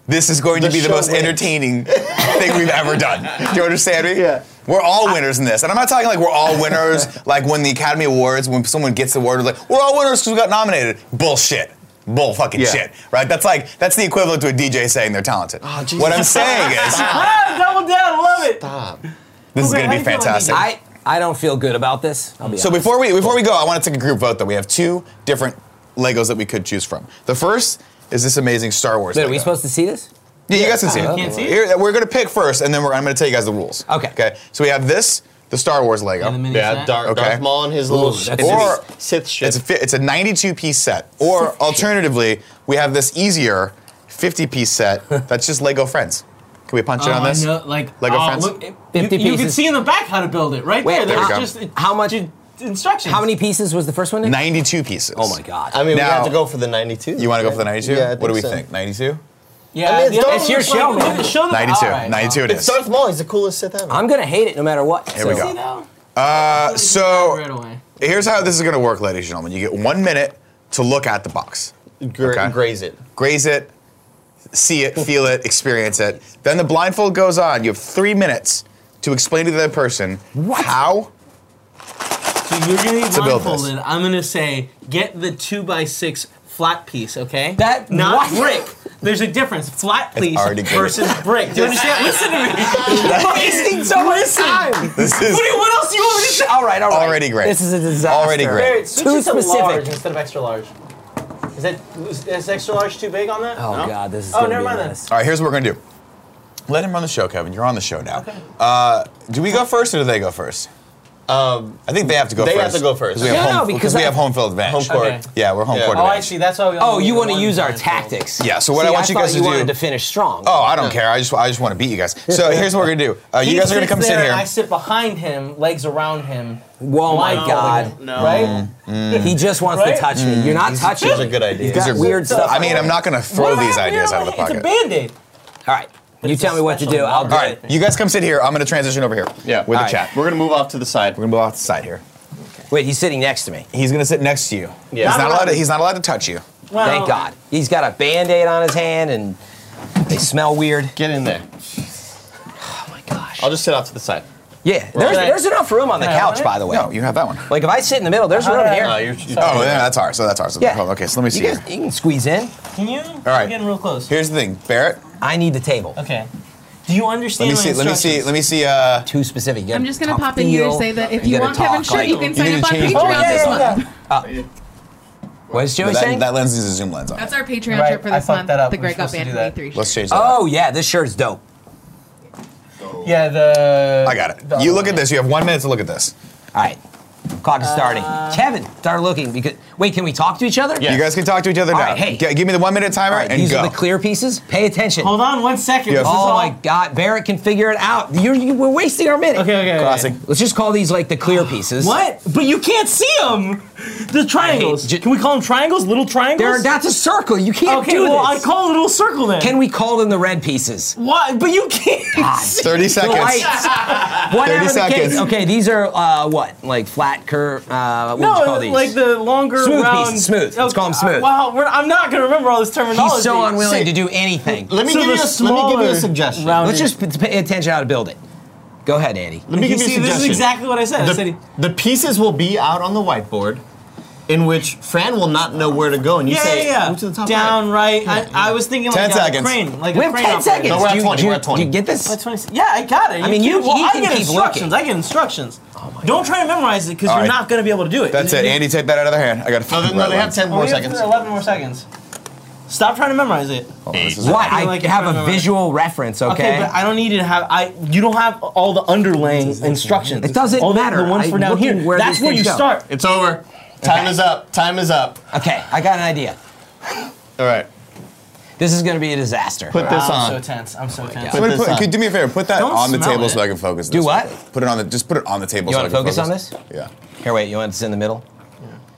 this is going
The
to be the
show
most
wins.
entertaining thing we've ever done. Do you understand me? Yeah. We're all winners in this, and I'm not talking like we're all winners. like when the Academy Awards, when someone gets the award, like we're all winners because we got nominated. Bullshit. Bull fucking
Yeah.
shit, right? That's like that's the equivalent to a DJ saying they're talented.
Jesus.
what I'm saying is,
Ah, double down, love it.
Stop.
This
Okay,
is going to
how
be
you feeling,
fantastic.
Iggy?
I, I don't feel good about this. I'll be
so
honest.
before we before we go, I want to take a group vote though. We have two different Legos that we could choose from. The first is this amazing Star Wars.
Wait, are
Lego.
we supposed to see this?
Yeah, you guys can see
Oh,
it.
you can't
see it?
Here, we're going to pick first, and then we're, I'm going to tell you guys the rules.
Okay.
Okay. So we have this, the Star Wars Lego.
And the mini
Yeah,
snack.
Darth,
Okay.
Darth Maul and his little
Ooh,
sh-
that's
Or-
Sith- Sith shit.
It's a, fi- it's a 92 piece set. Or alternatively, we have this easier 50 piece
[LAUGHS]
set that's just Lego Friends. Can we punch
Oh,
it on
I
this?
know, like
Lego
oh,
friends?
Look, it- you,
50
you can
pieces.
see in the back how to build it right
Wait,
there.
there
There's
we go.
just
How much-
ju- instructions?
How many pieces was the first one in?
92 pieces.
Oh my god.
I mean, we
Now-
have to go for the 92.
You want to go for the 92?
Yeah, I
what
think
do we
so.
think? 92?
I
Yeah,
mean,
the
it's
other
Darth-
one
It's your
looks like-
show,
look at- show them-
92.
all right,
92 it
well.
is.
It's Darth Maul. He's the coolest Sith ever.
I'm gonna hate it no matter what.
Here we
so-
go. [LAUGHS]
See now?
Uh, so.
Right away.
Here's how this is gonna work, ladies and gentlemen. You get one minute to look at the box,
Gra-
okay.
Graze it.
graze it, see it, feel it, experience it. Then the blindfold goes on. You have three minutes to explain to the other person how.
So you're gonna be
To build this.
blindfolded. I'm gonna say, get the two by six flat piece, okay?
That-
not
what?
brick.
There's a difference. Flat please
already good.
versus break. Do you
[LAUGHS]
understand? Listen to me. Wasting so much time.
This is
What, do you- what else do you want me to say?
All right, all right.
already great.
This is a disaster.
Already great.
Barrett, switch
Too
it to
specific.
large instead of extra large. Is that is, is extra large too big on that?
Oh god, this is.
Oh,
gonna
never
be a
mind then.
mess.
All right, here's what we're gonna do. Let him run the show, Kevin. You're on the show now. Uh, do we go first or do they go first? Um, I think they have to go
they
first.
have to go first.
'Cause We have
Yeah,
home,
because
because we
I-
have home field advantage.
Home court. Okay.
Yeah, we're home
Yeah.
court
Oh, I
advantage.
see. That's why we.
Oh,
only
you
need
want to
one
use our
blind fold.
tactics.
Yeah, so what
See,
I want you guys
thought
to
you
do-
wanted to finish strong.
Oh, I don't care. I just I just want to beat you guys. So here's what we're gonna do. Uh, you
He
guys are gonna
sits
come sit
there,
here.
I sit behind him, legs around him.
Whoa, Oh my
Wow.
god.
No.
Mm.
Right?
He just wants
Oh Right?
to touch me. You're not touching.
These are good ideas.
got
These are-
weird stuff.
I mean, I'm not gonna
What
throw
do I
these
have here
ideas
on
out of the
my-
pocket.
It's a band-aid.
All right, you
It's
tell
a
me what to
special
do. I'll do
model.
All
it.
right, you guys come sit here. I'm gonna transition over here.
Yeah.
with the
All right.
chat. We're
We're gonna move off to the side.
gonna move off to the side here.
Wait, he's sitting next to me.
He's gonna sit next to you.
Yeah.
He's
Not
not allowed. To,
allowed.
he's not allowed to touch you.
Well,
Thank God. He's got a band-aid on his hand and they smell weird.
Get in there.
Oh my gosh.
I'll just sit off to the side.
Yeah, there's,
Right.
there's enough room on the
Can I
couch,
have it?
by the way.
No, you have that one.
Like if I sit in the middle, there's room
Alright.
here.
No, Uh, you're, you're
Oh, yeah, that's ours. So that's ours.
Yeah.
Okay, so let me see.
you, guys,
here.
you can squeeze in.
Can you? All
right.
I'm getting real close.
Here's the thing, Barrett.
I need the table.
Okay. Do you
Let
understand
me
my
see. Let me see.
instructions?
Let me see. Uh,
Too specific. You
I'm
gotta
just gonna
talk
pop in here to
feel.
say that if
You
you,
gotta
want Kevin
talk, like-
shit, you can
You
sign
need
up
to
on
change
Patreon
the way you
this
do
month.
Oh,
Uh, What is Joey
that,
saying?
that lens needs a zoom lens on. it.
That's our Patreon
Right,
trip for
I
this
fucked
month.
that up.
The
We're
Greg Up
supposed to do
Anthony
that.
three.
Let's change that.
oh yeah, this shirt's dope.
Yeah, the.
I got it.
the
You
other
look at
one.
this. You have one minute to look at this.
All right, clock is starting.
Uh,
Kevin, start looking because wait, can we talk to each other?
You guys can talk to each other
All
now.
right, hey.
G- give me the one minute timer
All right,
and
these
go.
are the clear pieces. Pay attention.
Hold on one second.
Yeah.
This is
Oh
all-
my God, Barrett can figure it out. You're, you, we're wasting our minute.
Okay, okay, okay.
Classic.
Let's just call these like the clear pieces.
What? But you can't see them. The triangles.
I hate-
Can we call them triangles? Little
They're,
triangles?
that's a circle. You can't
okay,
do
well, I
this.
call it a little circle then.
Can Ah, we call them the red pieces?
Why? But you can't. [LAUGHS] see-
[LAUGHS]
30
The
seconds.
[LAUGHS]
lights.
30
Whatever the
seconds.
case. Okay, these are uh, what? Like flat curve. Uh, what would you
No,
call these?
like the longer
Smooth
round.
pieces, smooth. Let's call 'em
uh,
smooth.
wow, we're, I'm not gonna remember all this terminology.
He's so unwilling to do anything.
Let me,
So
give
the
you a, let me give you
smaller
a suggestion.
round-
Let's just p- pay attention how to build it. Go ahead, Andy.
Let me
You
give you a
see,
suggestion.
this is exactly what I said. I said
the, the pieces will be out on the whiteboard, in which Fran will not know where to go, and you
yeah,
say,
yeah, yeah.
"Move to the top
Down,
right."
right. I, I was thinking like
10
a
seconds.
crane. Like
We
a
have
crane
10
operator.
seconds.
No, we're at
Do you-
20,
do you-
we're at 20.
Do you get this?
That's 20. Yeah, I got it.
I mean, you-
can't- well,
you
I
can
get
keep
instructions.
looking. Oh
I get instructions. Don't try to memorize it because
All
you're
right.
not going to be able to do it.
That's it. Andy, take that out of their hand. I got to
No, they, no, they have ten more
Only have
seconds.
11 more seconds. Stop trying to memorize it.
What? I
feel like you
have
remember.
a visual reference,
Okay,
okay?
but I don't need to have. I you don't have all the underlaying instructions.
It doesn't
all the-
matter.
The ones
I'm
for down
looking
here.
where
That's
these
where you
things go.
start.
It's over. Time is up. Time is up.
okay, I got an idea.
All right.
This is gonna be a disaster.
Put this
I'm so
on.
tense. I'm
Oh
so tense.
Put
Somebody
this
put,
on.
could do me a favor. Put that
Don't
on the
smell
table
it.
so I can focus.
Do
this
what?
way. Put it on the. Just put it on the table.
You
so
wanna
I can
focus on
Yeah.
Here, wait, you want to send the middle?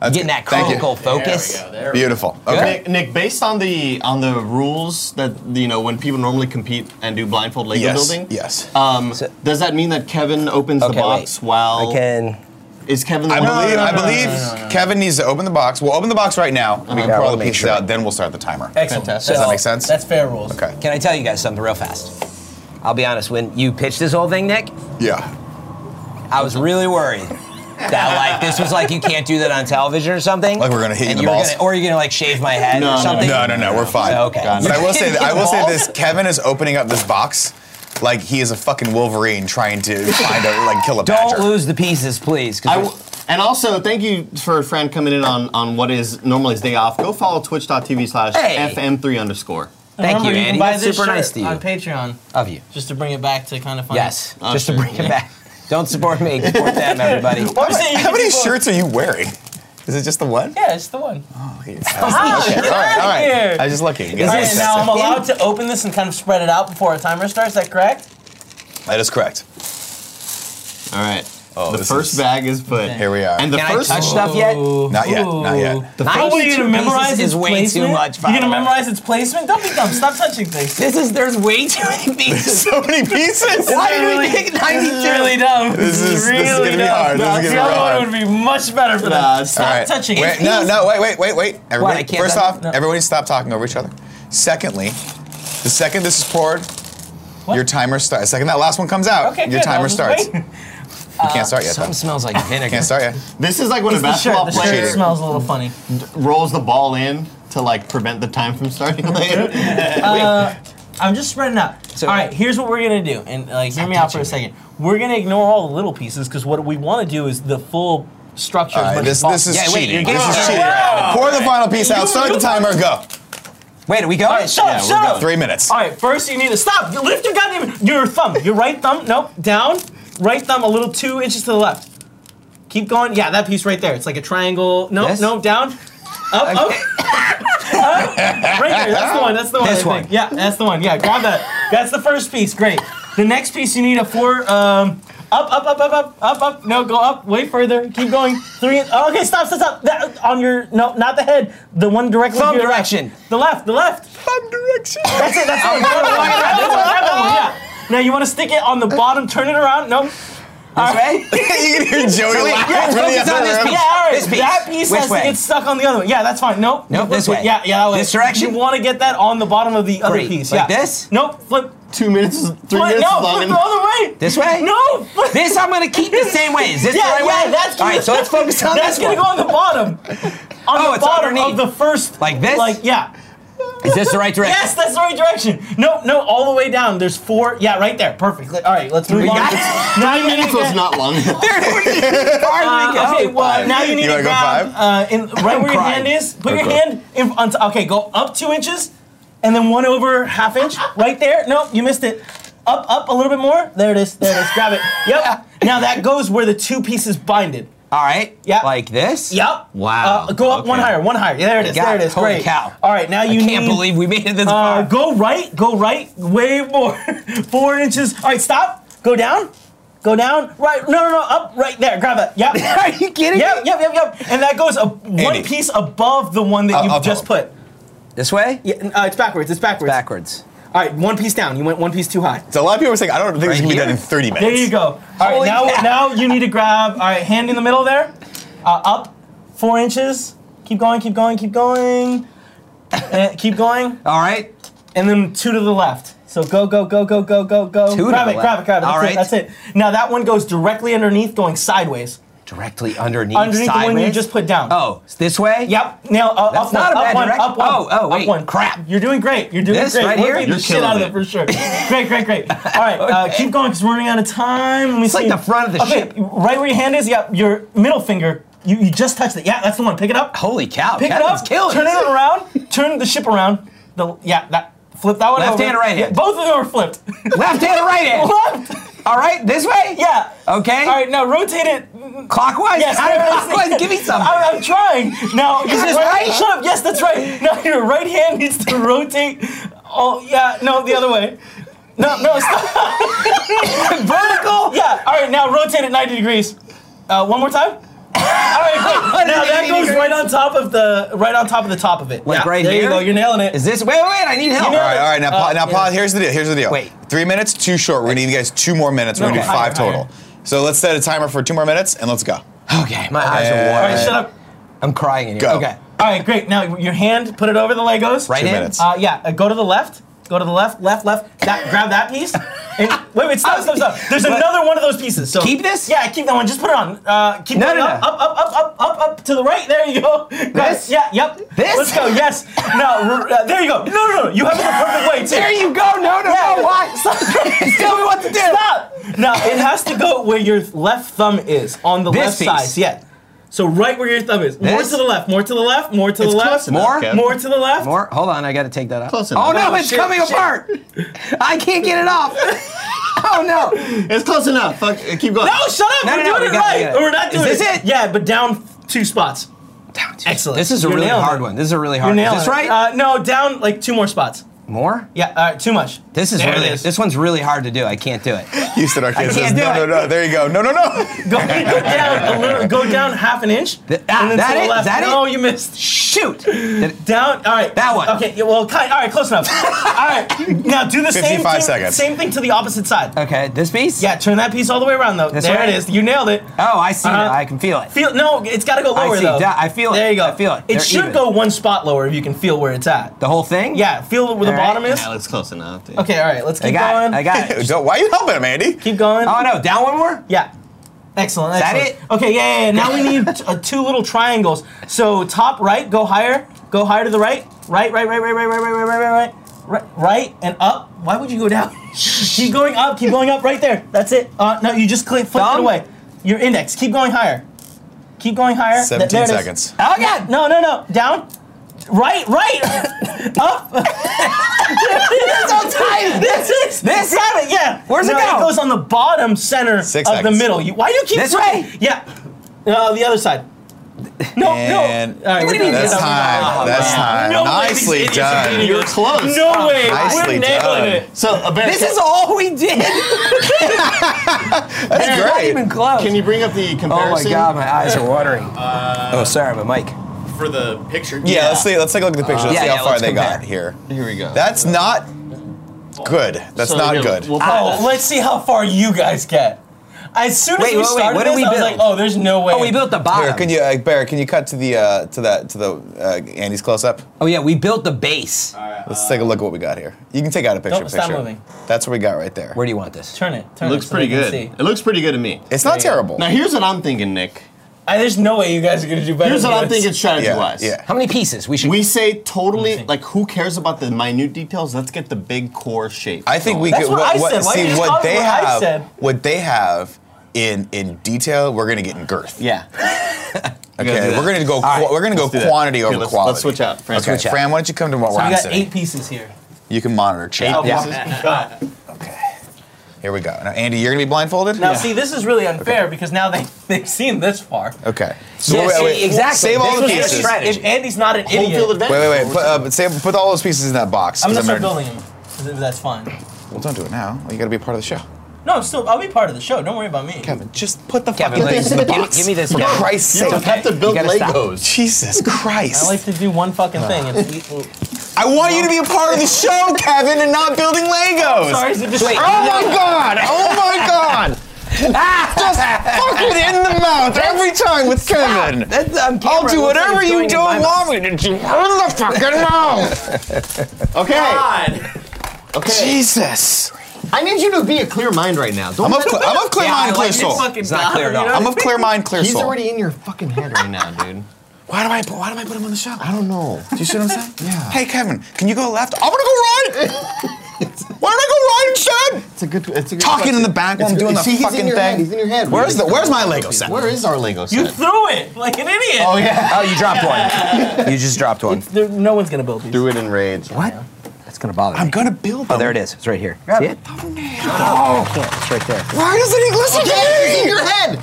That's
Getting
good.
that
Thank you.
critical focus.
Beautiful.
Good?
Okay.
Nick, Nick, based on the on the rules that you know when people normally compete and do blindfold Lego
Yes.
building,
Yes.
Uh,
um, does that mean that Kevin opens
Okay,
the box while
I can.
is Kevin? The
I
one-
believe.
no,
I
no, no,
believe Kevin needs to open the box. We'll open the box right now. We can
Yeah,
pour all
we'll
the
Uh-huh. make
pieces
sure.
out. Then we'll start the timer.
Excellent.
Fantastic.
Does that make sense?
That's fair rules.
Okay.
Can I tell you guys something real fast? I'll be honest. When you pitched this whole thing, Nick,
Yeah.
I was really worried that like this was like you can't do that on television or something.
Like we're gonna hit you in
and
the
were
balls.
Gonna, or you're gonna like shave my head
No,
or
no,
something.
No, no, no. We're fine.
So, okay.
But I will say that I will say
[LAUGHS] Balls?
this: Kevin is opening up this box like he is a fucking Wolverine trying to find a like kill a
Don't
badger.
lose the pieces, please. 'cause
I w- and also, thank you for Fran coming in on, on what is normally his day off. Go follow twitch.tv slash
Hey.
fm3 underscore.
thank
Remember,
you,
can
Andy.
buy
That's
this
super
shirt
nice to
on
you.
Patreon.
Of you.
Just to bring it back to kind of fun.
Yes.
Oh,
Just
sure,
to bring it back. Don't support me. Support them,
[LAUGHS]
everybody.
I'm saying you
How
can
many
do both.
shirts are you wearing? Is it just the one?
Yeah, it's the one.
Oh,
[LAUGHS]
Ah, okay. All right, all
here.
right. I was just looking.
All
Yes,
right,
yes,
now I'm
yes.
allowed to open this and kind of spread it out before our timer starts. Is that correct?
that is correct.
All right.
Oh,
the
this
first
is-
bag is put.
Here we are.
And the
Can I
first
touch stuff yet?
Ooh.
Not yet, not yet.
Ooh.
The
Oh, what, you're
92
gonna memorize
pieces
its
is way
placement?
too much. by
You're gonna
the way.
memorize its placement? Don't be dumb. Stop touching things.
This is there's way too
[LAUGHS]
many
[LAUGHS]
pieces.
So many pieces.
Why
is
did we
really-
pick
This is
92?
really dumb.
This is- this is
really
gonna be
dumb.
hard. This is gonna be
the other
hard.
one would be much better for
Nah,
that.
it's-
Stop
All right.
touching
Wait,
it.
no, no, wait, wait, wait, wait. Everybody,
I can't
first
touch
off,
it? No.
everybody stop talking over each other. Secondly, the second this is poured, your timer starts. The second that last one comes out,
Okay,
your
good.
timer
I'll just
starts.
wait. Uh,
You can't start yet, though.
Something smells like
[LAUGHS]
vinegar.
Can't start yet.
This is like when a
The shirt,
basketball
the shirt
player
smells a little funny.
rolls the ball in to like prevent the time from
[LAUGHS]
starting later.
I'm just spreading out. all right, here's what we're gonna do, and like, hear me out for a second. We're gonna ignore all the little pieces because what we want to do is the full structure.
All
as
right,
much
this,
as possible.
this is
Yeah, wait,
cheating.
you're
this
getting-
is cheating. Pour the final piece out. Start the timer.
[LAUGHS]
Go.
Wait, are we going?
Shut up! shut up!
Three minutes.
All right, first you need to stop. Lift your goddamn your thumb, your right thumb. Nope, down. Right thumb a little two inches to the left. Keep going. Yeah, that piece right there. It's like a triangle. No,
This?
no, down. Up, up. [LAUGHS] Up. Right there. That's the one. That's the one.
This
I think.
one.
Yeah, that's the one. Yeah, grab that. That's the first piece. Great. The next piece you need a four. Um, up, up, up, up, up, up, up. No, go up. Way further. Keep going. Three. oh, okay, stop, stop, stop. That, on your no, not the head. The one directly.
Thumb
to your left.
direction.
The left. The left.
Thumb direction.
That's it. That's it. That's what happened, yeah. Now you want to stick it on the bottom, turn it around. No.
This way?
[LAUGHS] you can hear Joey laugh
yeah,
from the
focus on
other
this
room.
piece.
Yeah, all right.
This piece.
That piece
Which
has
way?
to get stuck on the other one. Yeah, that's fine. Nope.
Nope, this way.
Yeah, yeah, that way.
This direction?
You want to get that on the bottom of the other
Great.
piece.
Like
yeah.
this?
Nope. Flip.
Two minutes, is- three
flip
minutes
no,
is long
flip the [LAUGHS]
enough.
other way.
This way?
No. Flip.
[LAUGHS] This I'm gonna keep the same way. Is this
Yeah,
the right
yeah,
way?
that's-
All right, so let's focus on
That's
this
gonna
one.
go on the
[LAUGHS]
bottom. On
Oh,
the
it's
bottom
underneath.
of the first.
Like this?
Like yeah.
Is this the right direction?
Yes, that's the right direction. No, no, all the way down. There's four. Yeah, right there. Perfect. All right, let's move on.
got
Nine minutes
So it's not long enough.
[LAUGHS]
Uh, okay, well, now you need
You
to
wanna go five?
grab uh, [LAUGHS] in, right where your
crying.
hand is. Put your
Okay.
hand in on t- Okay, go up two inches, and then one over half inch. Right there. No, you missed it. Up, up a little bit more. There it is. There it is. Grab it. [LAUGHS] Yep. Now that goes where the two pieces binded.
All right.
Yeah.
Like this?
Yep.
Wow.
Uh, go up one
Okay.
higher. One higher. There it is.
God,
there it is.
holy
Great.
cow.
All right, now you
I can't
need-
believe we made it this
uh,
far.
go [LAUGHS] right, go right, way more. [LAUGHS] Four inches. All right, stop. Go down. Go down. Right. No, no, no. Up. Right there. Grab it. Yep.
Are you kidding
Yep,
me?
yep, yep, yep. And that goes a, one
Andy.
piece above the one that
I'll-
you
I'll
just
follow.
put.
This way?
Yeah, uh, it's backwards. It's backwards.
Backwards.
All right, one piece down. You went one piece too high.
So a lot of people are saying, I don't think this
Right
can be
here?
done in 30 minutes.
There you go. All right,
Holy
now
cow.
now you need to grab. All right, hand in the middle there. Uh, up four inches. Keep going. Keep going. Keep going. Uh, keep going.
All right.
And then two to the left. So go go go go go go go.
Two to
grab
the
it.
left.
Grab it. Grab it. That's
All
it.
right.
That's it. Now that one goes directly underneath, going sideways.
Directly underneath,
Underneath
sideways.
the one you just put down.
Oh, it's this way?
Yep. Now uh,
That's
up
not
one, up
a bad
one,
direction.
up one.
Oh, oh, wait,
Up one.
crap.
You're doing great. You're doing
This
great.
right
We're
here?
beating
You're
the shit out of it for
[LAUGHS]
sure. great, great, great. All right, uh, keep going because we're running out of time. Let me it's
like the front of the
okay,
ship.
Right where your hand is. Yep. Your middle finger. You, you just touched it. Yeah, that's the one. Pick it up.
Holy cow.
Pick it
Captain's
up.
killing
turn
us.
it around. Turn the ship around. The yeah that. Flip that one
Left
over.
hand or right
Yeah,
hand?
both of them are flipped. [LAUGHS]
Left hand or right [LAUGHS] hand?
Left.
All right, this way?
Yeah.
Okay.
All right, now rotate it
Clockwise?
Yes,
How do
there it is.
[LAUGHS] clockwise? Give me something.
I, am trying. Now, is
this right?
Shut up. Yes, that's right. Now your right hand needs to rotate. Oh yeah, no, the other way. No, no, stop.
[LAUGHS] Vertical?
Yeah. All right, now rotate it 90 degrees. Uh, one more time. All right,
[LAUGHS]
great. Now that
90
goes
degrees.
right on top of the right on top of the top of it.
Like
Yeah,
right
there
here?
you go. You're nailing it.
Is this? Wait, wait, wait, I need help.
You
All right, all right. Now, pa-
Uh,
now
yeah.
pause. Here's the deal. Here's the deal.
Wait.
Three minutes, too short. We're gonna give you guys two more minutes. We're
No,
gonna do
higher,
five total. So let's set a timer for two more minutes and let's go.
Okay, my eyes are
Yeah.
warm.
All right, shut up.
I'm crying in here.
Go.
Okay.
All right, great. Now your hand, put it over the Legos.
Right
Two
in?
minutes.
Uh, yeah, uh, go to the left. Go to the left, left, left. That, grab that piece. And, wait, wait, stop, stop, stop. There's another one of those pieces. So
Keep this?
Yeah, keep that one. Just put it on. Uh, keep
No,
going
no,
up,
no.
up, up, up, up, up, up to the right. There you go. Grab it.
This?
Yeah. Yep.
This?
Let's go. Yes. No. r- Uh, there you go. No, no, no. You have it the perfect way too.
There you go. No, no,
Yeah.
no. [LAUGHS] Why? Tell me what to do.
Stop. Now it has to go where your left thumb is on the left
This piece.
side. Yeah. So right where your thumb is. More
This?
to the left. More to the left. More to
It's
the
close
left.
enough,
More?
Kev.
More to the left.
More? Hold on, I gotta take that off.
Close enough.
oh no,
Oh,
it's
shit,
coming
shit.
apart. I can't get it [LAUGHS] off. oh no.
It's close enough. Fuck, uh, keep going.
No, Oh, shut up.
No,
we're
no, no,
doing
we
it
got it, we
right.
got it.
Or we're not
Is
doing
this
it.
it?
Yeah, but down two spots. Excellent.
This is a
You're
really
nailing
hard
it.
one. This is a really
You're
hard one.
nailing
This
it.
right?
Uh, no, down like two more spots.
More?
Yeah, all right, too much. [LAUGHS]
This is
There
really
it is.
this one's really hard to do. I can't do it.
Houston Arcade says,
can't do
no, no,
it.
no. There you go. No, no, no. [LAUGHS]
Go, go down a little. Go down half an inch.
Th- ah,
and then
that
to the
it?
left.
That
no,
it?
you missed.
Shoot! Did-
Down. All right.
That one.
Okay. yeah, Well, kind. All right. Close
[LAUGHS]
enough. all right. Now do the same.
55
thing-
seconds.
Same thing to the opposite side.
Okay, this piece?
Yeah. Turn that piece all the way around though.
This
there
way?
it is. You nailed it.
Oh, I see
Uh-huh.
now. I can feel it.
Feel no, it's got to go lower
see.
though.
Yeah, I feel it.
There you go.
I feel it.
It
They're
should
even.
go one spot lower if you can feel where it's at.
The whole thing?
Yeah, feel where the
All right.
bottom is.
That looks close enough.
uh,
Dude.
Okay, all right, let's
I
keep
got
going.
[LAUGHS] it. Oh, I got it.
Don't- why are you helping him, Andy?
Keep going.
Oh no, down one more?
Yeah. Excellent.
that
excellent.
it?
Okay, yeah, yeah, yeah. Now we
[LAUGHS]
need uh, two little triangles. So top right, go higher, go higher to the right, right, right, right, right, right, right, right, right, right, right, right, right, right, and up. Why would you go down? [LAUGHS] keep going up. Keep going up. Right there. That's it. Uh, no, you just click, flip
Thumb?
it away. Your index. Keep going higher. Keep going higher. Th-
17
there it is.
seconds.
Oh yeah. No, no, no. Down. Right, right, [LAUGHS]
[LAUGHS]
up. [LAUGHS] That's all time. This is
This?
Got it. Yeah.
Where's it
No,
go?
It goes on the bottom center
Six
of
seconds.
the middle. You, why do you keep
This
flipping?
way?
Yeah. No, the other side. No,
And-
no. All right,
What do
we're
you mean
done.
That's
Yeah.
time.
Oh,
That's
man.
time.
No way
Nicely
these idiots are
done.
beating
You're close.
No way.
Nicely
we're nailing
done.
it.
So, uh, Baron,
This
can,
is all we [LAUGHS] did.
That's
Not
great.
even close.
can you bring up the comparison
oh my god, my eyes are watering. oh, sorry, my mic.
for the picture?
Yeah, let's see. Let's take a look at the picture. Let's
yeah,
see how
yeah,
far
let's
they
compare.
got here.
Here we go.
That's not good. That's
So
not
here,
good.
we'll
Oh,
Ah.
put-
let's see how far you guys get. As soon as
Wait,
we
wait, wait,
started
what did
this,
we
I was
build?
like, oh, there's no way.
Oh, we built the
Here,
bottom.
can you, uh, Bear? Can you cut to the uh, to that to the uh, Andy's close up?
oh yeah, we built the base.
Let's take a look at what we got here. You can take out a picture.
Don't- stop
picture.
moving.
That's what we got right there.
Where do you want this?
Turn it. Turn
It
[LAUGHS]
it.
looks
so
pretty
they can
good.
see.
It looks pretty good to me.
It's not terrible.
Now here's what I'm thinking, Nick.
Uh, there's no way you guys are gonna do better.
Here's
than
what I'm
this.
thinking strategy
yeah,
wise.
yeah.
How many pieces? We should.
We say totally like who cares about the minute details? Let's get the big core shape.
I think we
That's
could
what I said. Why didn't
see
you
what
copy
they
what I
have.
said?
What they have in in detail, we're gonna get in girth.
yeah.
[LAUGHS]
Okay, we're gonna go.
right,
qu- We're gonna go
do that.
quantity
Okay,
over
let's-
quality.
let's switch out, Fran.
Okay,
Switch out.
Fran, why don't you come to what
So
where
we
I'm
got
sitting?
eight pieces here.
You can monitor chat.
Eight
Yeah.
[LAUGHS] pieces.
Here we go. Now, Andy, you're gonna be blindfolded.
Now, see, this is really unfair because now they [LAUGHS] they've seen this far.
Okay. So
Yeah,
wait,
see,
wait,
exactly.
Save all
This
the
was
pieces.
just-
Wait,
Strategy.
If Andy's not an
Home field
idiot,
advantage.
wait, wait. Put, uh, save, put all those pieces in that box.
I'm gonna
'cause
start
already-
building them. If that's fine.
Well, don't do it now. You gotta be a part of the show.
No, I'm still. I'll be part of the show. Don't worry about me.
Kevin, just put the
Kevin,
fucking
like,
things in the
give me-
box.
give me this
For
one.
Christ's
You
sake.
don't have to build
You gotta
[LAUGHS]
stop.
Legos.
Jesus Christ.
I like to do one fucking thing. It's eat-
I want you to be a part of the show, Kevin, and not building Legos.
Sorry, is it just
Wait.
Oh my god! Oh my god! Just fucking in the mouth every time with Kevin.
[LAUGHS] That's on camera.
I'll do
Looks like
whatever
it's
you
going in my
don't
mouth.
want me to do. In the fucking mouth.
Okay. Okay.
Jesus.
I need you to be a clear mind right now. Don't
I'm of,
let-
cl- I'm of clear
Yeah, I
mind, clear
like this
soul.
It's not clear at all.
I'm of clear mind, clear
He's
soul.
already in your fucking head right now, dude.
why do I? put- Why do I put him on the show?
I don't know.
Do you see what
[LAUGHS]
I'm saying? yeah. Hey, Kevin, can you go left? I'm gonna go right.
[LAUGHS]
Why don't I go right instead?
It's a good. It's a good
Talking in
question.
the back while
It's
I'm
good-
doing the
See, he's in
fucking
your
thing.
head, He's in your head.
Where's the- where's my Lego
Lego
set?
Where is our Lego set?
You threw it like an idiot.
oh [LAUGHS] yeah.
Oh, you dropped [LAUGHS] one. You just dropped one.
There- no one's gonna build these.
Threw it in rage.
What? That's gonna bother
I'm
me.
gonna build them.
Oh, there it is. It's right here. See it? Yeah, it's right there.
Why doesn't he listen
It's
to
in
me?
your head.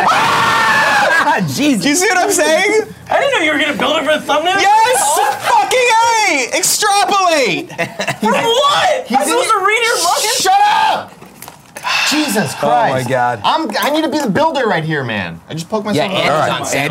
Ah,
Do you
[LAUGHS] Jesus.
see what I'm saying?
I didn't know you were gonna build it for a thumbnail. Oh,
Yes! Fucking A! Extrapolate!
For what? I'm
in
supposed
it.
to read your luggage.
Shut up! Oh Jesus Christ.
my God.
I'm, I need to be the builder right here, man. I just poked
Yeah,
myself in
and
the
it's
eye.
on sale.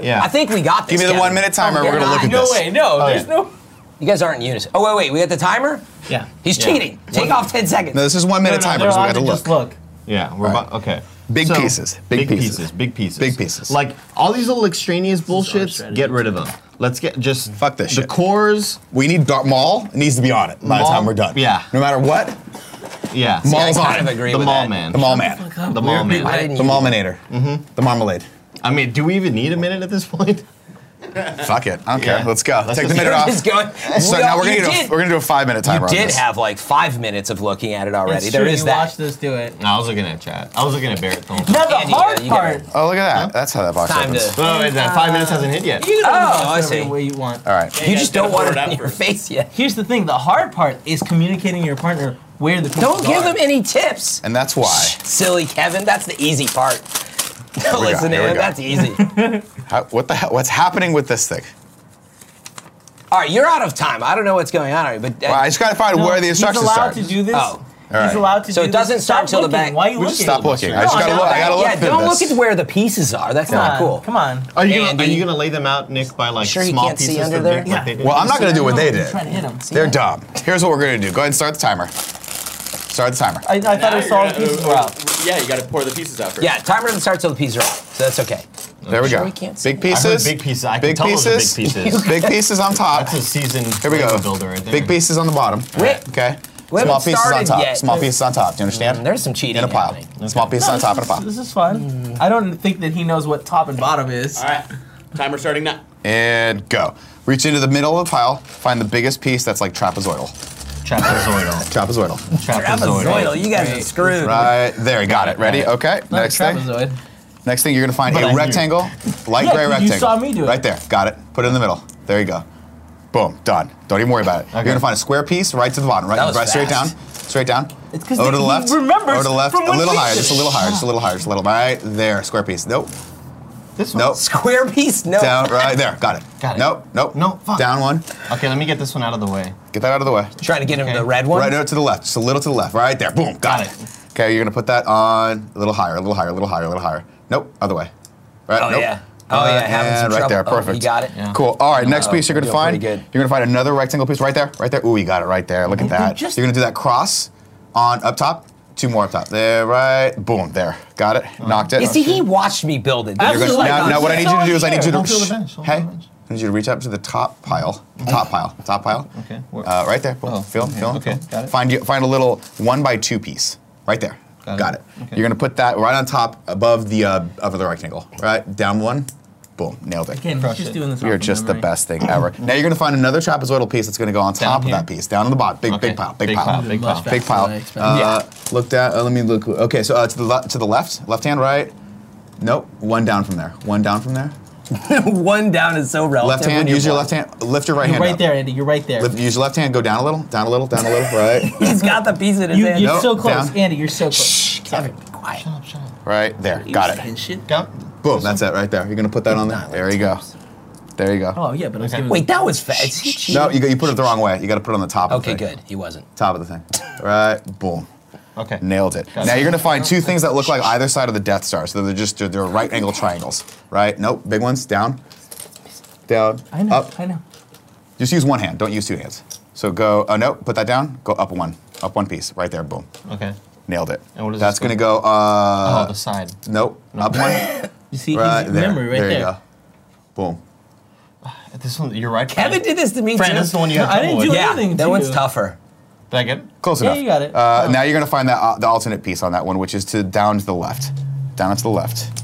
Sandy?
Yeah.
I think we got this.
Give me the
Kevin.
one minute timer.
Oh,
We're gonna look at
God.
No
this.
way. No,
Oh,
there's
yeah.
no.
You guys aren't in unison. Oh, wait, wait. We got the timer?
Yeah.
He's cheating. Take off 10 seconds.
No, this is one minute
No, no,
timer,
they're
so we
allowed
gotta
to
look.
Just look.
Yeah, we're about, okay.
Big pieces, big pieces.
Big pieces.
Big pieces.
Like all these little extraneous bullshits,
strategy.
get rid of them. Let's get just
Fuck this
the
shit.
cores.
We need Dar- Maul needs to be on it by the
Maul?
time we're done.
Yeah.
No matter what,
Yeah.
Maul's
I kind
on
of
it.
agree
the
with
mall
that. [LAUGHS]
man.
The Maul Man.
The mall man.
I
I,
didn't
The Malminator. Mm-hmm. The marmalade.
mean, do we even need a minute at this point?
Fuck it. I don't care.
Yeah.
Let's go.
Let's
Take the
just-
minute off.
It's going.
So
We all-
now we're gonna,
you
do a,
did,
we're gonna do a five minute timer
You
on
did
this.
have like five minutes of looking at it already. There is
you
that.
Watched us do
[LAUGHS]
it.
No, I was looking at chat. I was looking at Barrett. Thorne.
Now the
Andy, yeah,
hard
you got
part.
it.
oh, look at that. That's how that box
Time
opens.
to.
Oh, wait, that five minutes hasn't hit yet.
You can
Oh,
open
I
this
see.
every way you want.
All right.
You just
gotta
don't want
pour
it
it
in your face yet.
Here's the thing. The hard part is communicating to your partner where the pieces
[LAUGHS] Don't give
are.
them any tips.
And that's why.
Silly Kevin, that's the easy part. [LAUGHS] Don't
we go,
listen
here
to
we
him.
go. [LAUGHS]
That's easy.
How, what the hell? What's happening with this thing?
All right, you're out of time. I don't know what's going on, already, but uh,
Well, I just gotta find
No,
where the instructions
He's allowed
start.
to do this.
Oh.
right.
He's allowed to
So
do
it doesn't
this. Stop
start till the
looking.
back.
Why are you
We
looking?
just stop looking. I just
No,
gotta
no,
look. I
that-
gotta look
yeah,
for
don't
this.
look at where the pieces are. That's
Come
not
on,
cool.
Come on.
Are you, gonna, are
Andy.
you gonna lay them out, Nick, by like
Sure he
small
can't see
pieces?
under
that
there?
Nick- like
Yeah.
they did?
Well, I'm not gonna do what they did.
Trying to hit him. See
They're
that?
dumb. Here's what we're gonna do. Go ahead and start the timer. Start the timer.
I, I thought I saw the pieces were out.
Yeah, you gotta pour the pieces out first.
Yeah, timer doesn't start till the pieces are out, so that's okay.
there we go.
we can't see
big
I heard
pieces.
big pieces. I
big
can tell
pieces.
those are big pieces.
[LAUGHS] big pieces on top.
That's a seasoned
Here we go.
builder right there.
Big pieces on the bottom.
Wait.
Okay.
We
Small
haven't
pieces on
started
top.
yet.
Small pieces on top. Do you understand?
Mm, There's some cheating
in a pile.
happening.
Small pieces on top of a pile.
This is fun. I don't think that he knows what top and bottom is.
All right. Timer starting now.
And go. Reach into the middle of the pile, find the biggest piece that's like trapezoidal.
Trapezoidal.
[LAUGHS] Trapezoidal.
Trapezoidal. You guys are screwed.
Right there, got it. Ready? Okay. Next thing.
Trapezoid.
Next thing, you're gonna find
But I
a
knew.
rectangle, light
[LAUGHS] Yeah,
gray
you
rectangle.
saw me do it.
Right there, got it. Put it in the middle. There you go. Boom, done. Don't even worry about it. You're gonna find a square piece right to the bottom, right,
That was
right straight down,
fast.
straight down.
It's 'cause
Over to
he
the left.
remembers
Over to the left.
from
A
when
little
he
higher,
did
just a little higher, just a little higher, just a little. Right there, square piece. Nope.
This one.
Nope.
Square piece. No.
Down, right there. Got it.
Got it.
Nope. Nope.
No, fuck.
Down one.
Okay, let me get this one out of the way.
Get that out of the way.
Trying to get him
Okay.
the red one.
Right out to the left, just a little to the left, right there. Boom, got,
Got
it.
it.
Okay, you're gonna put that on a little higher, a little higher, a little higher, a little higher. Nope, other way. Right,
Oh
nope.
yeah. Oh yeah.
Uh,
Having some
and right
trouble.
there,
Oh,
perfect.
you got it.
Yeah.
Cool. All right, next
Uh,
piece you're gonna
doing
find.
pretty good.
You're gonna find another rectangle piece right there, right there. Ooh, you got it right there. Look at that.
just-
You're gonna do that cross on up top. Two more up top. There, right. Boom. There. Got it.
Oh.
Knocked it.
You see, he watched me build it.
You're gonna-
Absolutely.
now, now what I need you to do is I need you to.
Don't feel the bench, don't feel
hey,
the bench.
I need you to reach up to the top pile. Top pile. Top pile.
Okay, where-
Uh, right there.
Oh,
Feel,
okay,
feel,
okay, got it.
Find you, find a little one by two piece. Right there. Got
Got
it.
it. Okay.
You're gonna put that right on top above the uh, of the rectangle. Right down one. Boom. Nailed it.
Again, he's
Crush
just
it.
doing this.
We are
off of
just the
memory.
best
[CLEARS THROAT]
thing ever. now you're gonna find another trapezoidal piece that's gonna go on top of
here?
that piece, down on the bottom. Big,
Okay,
big pile, big,
big
pile,
pile, big
Much
pile.
faster
big pile.
than I expected.
Uh, Look down. Uh, let me look. Okay, so uh, to the le- to the left, left hand, right. Nope. One down from there. One down from there.
[LAUGHS] one down is so relative.
Left hand.
when you're
Use your
blind.
left hand. Lift your right
You're
hand.
right
up.
there, Andy. You're right there.
Lift, use your left hand. Go down a little. Down a little. Down a
[LAUGHS]
little. Right.
He's got the piece in his
You,
hand.
you're
No,
so close,
down.
Andy. You're so close.
Kevin, be quiet.
Oh, Shut up, shut up.
right there. Got it.
Shit.
Got
Boom. That's it. Right there. You're gonna put that on there. There you go. There you go.
Oh yeah, but I was
Okay.
giving.
Wait, that was fast. Is he cheating?
No, you, go, you put it the wrong way. You got to put it on the top. Of the
Okay,
thing.
good. He wasn't.
Top of the thing. Right. Boom.
Okay.
Nailed it.
Got
now
it.
you're gonna find two things that look like either side of the Death Star. So they're just they're, they're right angle triangles. Right. Nope. Big ones. Down. Down.
I know.
Up.
I know.
Just use one hand. Don't use two hands. So go. Oh no. Put that down. Go up one. Up one piece. Right there. Boom.
Okay.
Nailed it.
And what is
That's
this
gonna go. Uh,
oh, the side.
Nope. Up one.
You see,
right
he's
there.
memory right
there,
there.
you go. Boom.
This one, you're right. Fran.
Kevin did this to me
Fran,
too.
this is the one you
No,
had
I
trouble
didn't
with.
do
yeah,
anything
that
to
one's
you.
tough.
Did I get it?
Close
Yeah,
enough.
you got it.
Uh, Now you're gonna find that uh, the alternate piece on that one, which is to down to the left. Down to the left.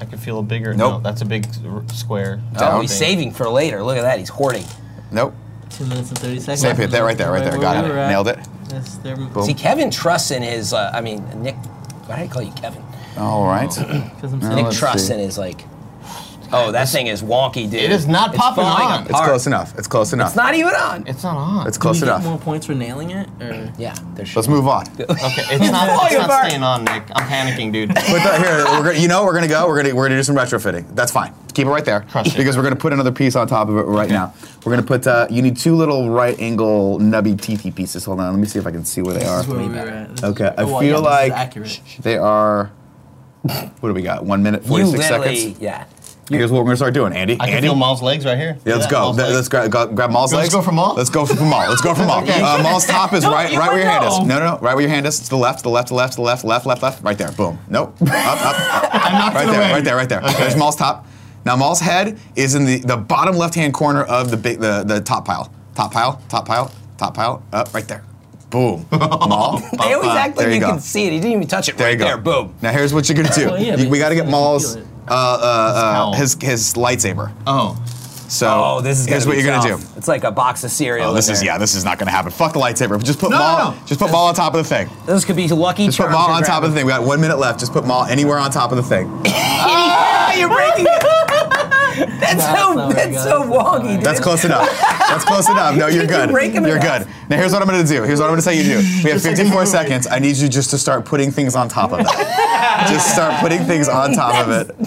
I can feel a bigger. No,
Nope.
that's a big r- square.
Oh,
Down.
he's saving for later. Look at that. He's hoarding.
Nope.
Two minutes and thirty seconds.
Same here. There. Right there. Right there. Got it. Nailed it.
Yes, there.
See, Kevin Truss in his. Uh, I mean, Nick. Why did I call you Kevin?
All right.
Because I'm
No.
saying.
Nick
let's
Truss
see.
in his like. Oh, that thing is wonky, dude.
It is not popping
falling
on.
It's
apart.
close enough. It's close enough.
It's not even on.
It's not on.
It's
Do we
close
get
enough.
more points for nailing it? Or?
Yeah, there's.
Let's move
[LAUGHS]
on.
okay. It's not.
falling
it's not
apart.
staying on, Nick. I'm panicking, dude.
Put that here. We're gonna, you know, we're gonna go. We're gonna we're gonna do some retrofitting. That's fine. Keep it right there
Crush it.
because we're gonna put another piece on top of it right now. We're gonna put. Uh, you need two little right angle nubby teethy pieces. Hold on. Let me see if I can see where they are.
This is where we were at. This is-
Okay, I
oh, well,
feel
yeah, this is
like-
accurate.
They are. What do we got? One minute,
you
forty-six
literally.
seconds.
Yeah.
Here's what we're gonna start doing, Andy.
I can
Andy,
feel Maul's legs right here.
yeah, let's
Yeah,
go.
Maul's
Th-
legs.
Let's grab, grab, grab Maul's
Let's
legs.
go for Maul?
Let's go for Maul. Let's go for Maul.
Okay.
uh, Maul's top is
No,
right,
you
right where your hand is.
know.
No, no, no, right where your hand is. To the left, to the left, to the left, to the left, left, left, left. Right there. Boom. Nope. Up, up, up.
I knocked
Right
it
there,
away.
right there, right there. There's Maul's top. Now Maul's head is in the, the bottom left-hand corner of the big the, the top pile. Top pile, top pile, top pile, up, right there. Boom. Maul.
They always act like
There
you,
you go.
can see it. He didn't even touch it
There
right
you go.
there. Boom.
Now here's what you're gonna do.
[LAUGHS] Well, yeah,
You-
but
we
you
gotta
said
get
I can
Maul's
feel it.
uh, uh,
Ow.
uh, his his lightsaber.
Oh.
So
Oh, this is.
here's
gonna
what
be
you're
tough.
gonna do.
It's like a box of cereal.
Oh,
in
this is
there.
yeah, this is not gonna happen. Fuck the lightsaber. Just put
No, no,
Maul.
no.
Just put Maul on top of the thing.
This could be lucky.
Just put Maul on top of the thing. We got one minute left. Just put Maul anywhere on top of the thing.
Ah, [LAUGHS] you're breaking
[LAUGHS]
it. that's so.
not very
That's
good.
so wonky, dude.
That's
[LAUGHS]
close enough. That's close enough. No, you're
You
good.
break 'em
You're
in half.
good. Now here's what I'm gonna do. Here's what I'm gonna tell you to
[LAUGHS]
do. We have 54 seconds. I need you just to start putting things on top of
[LAUGHS]
it. just start putting things on top of it.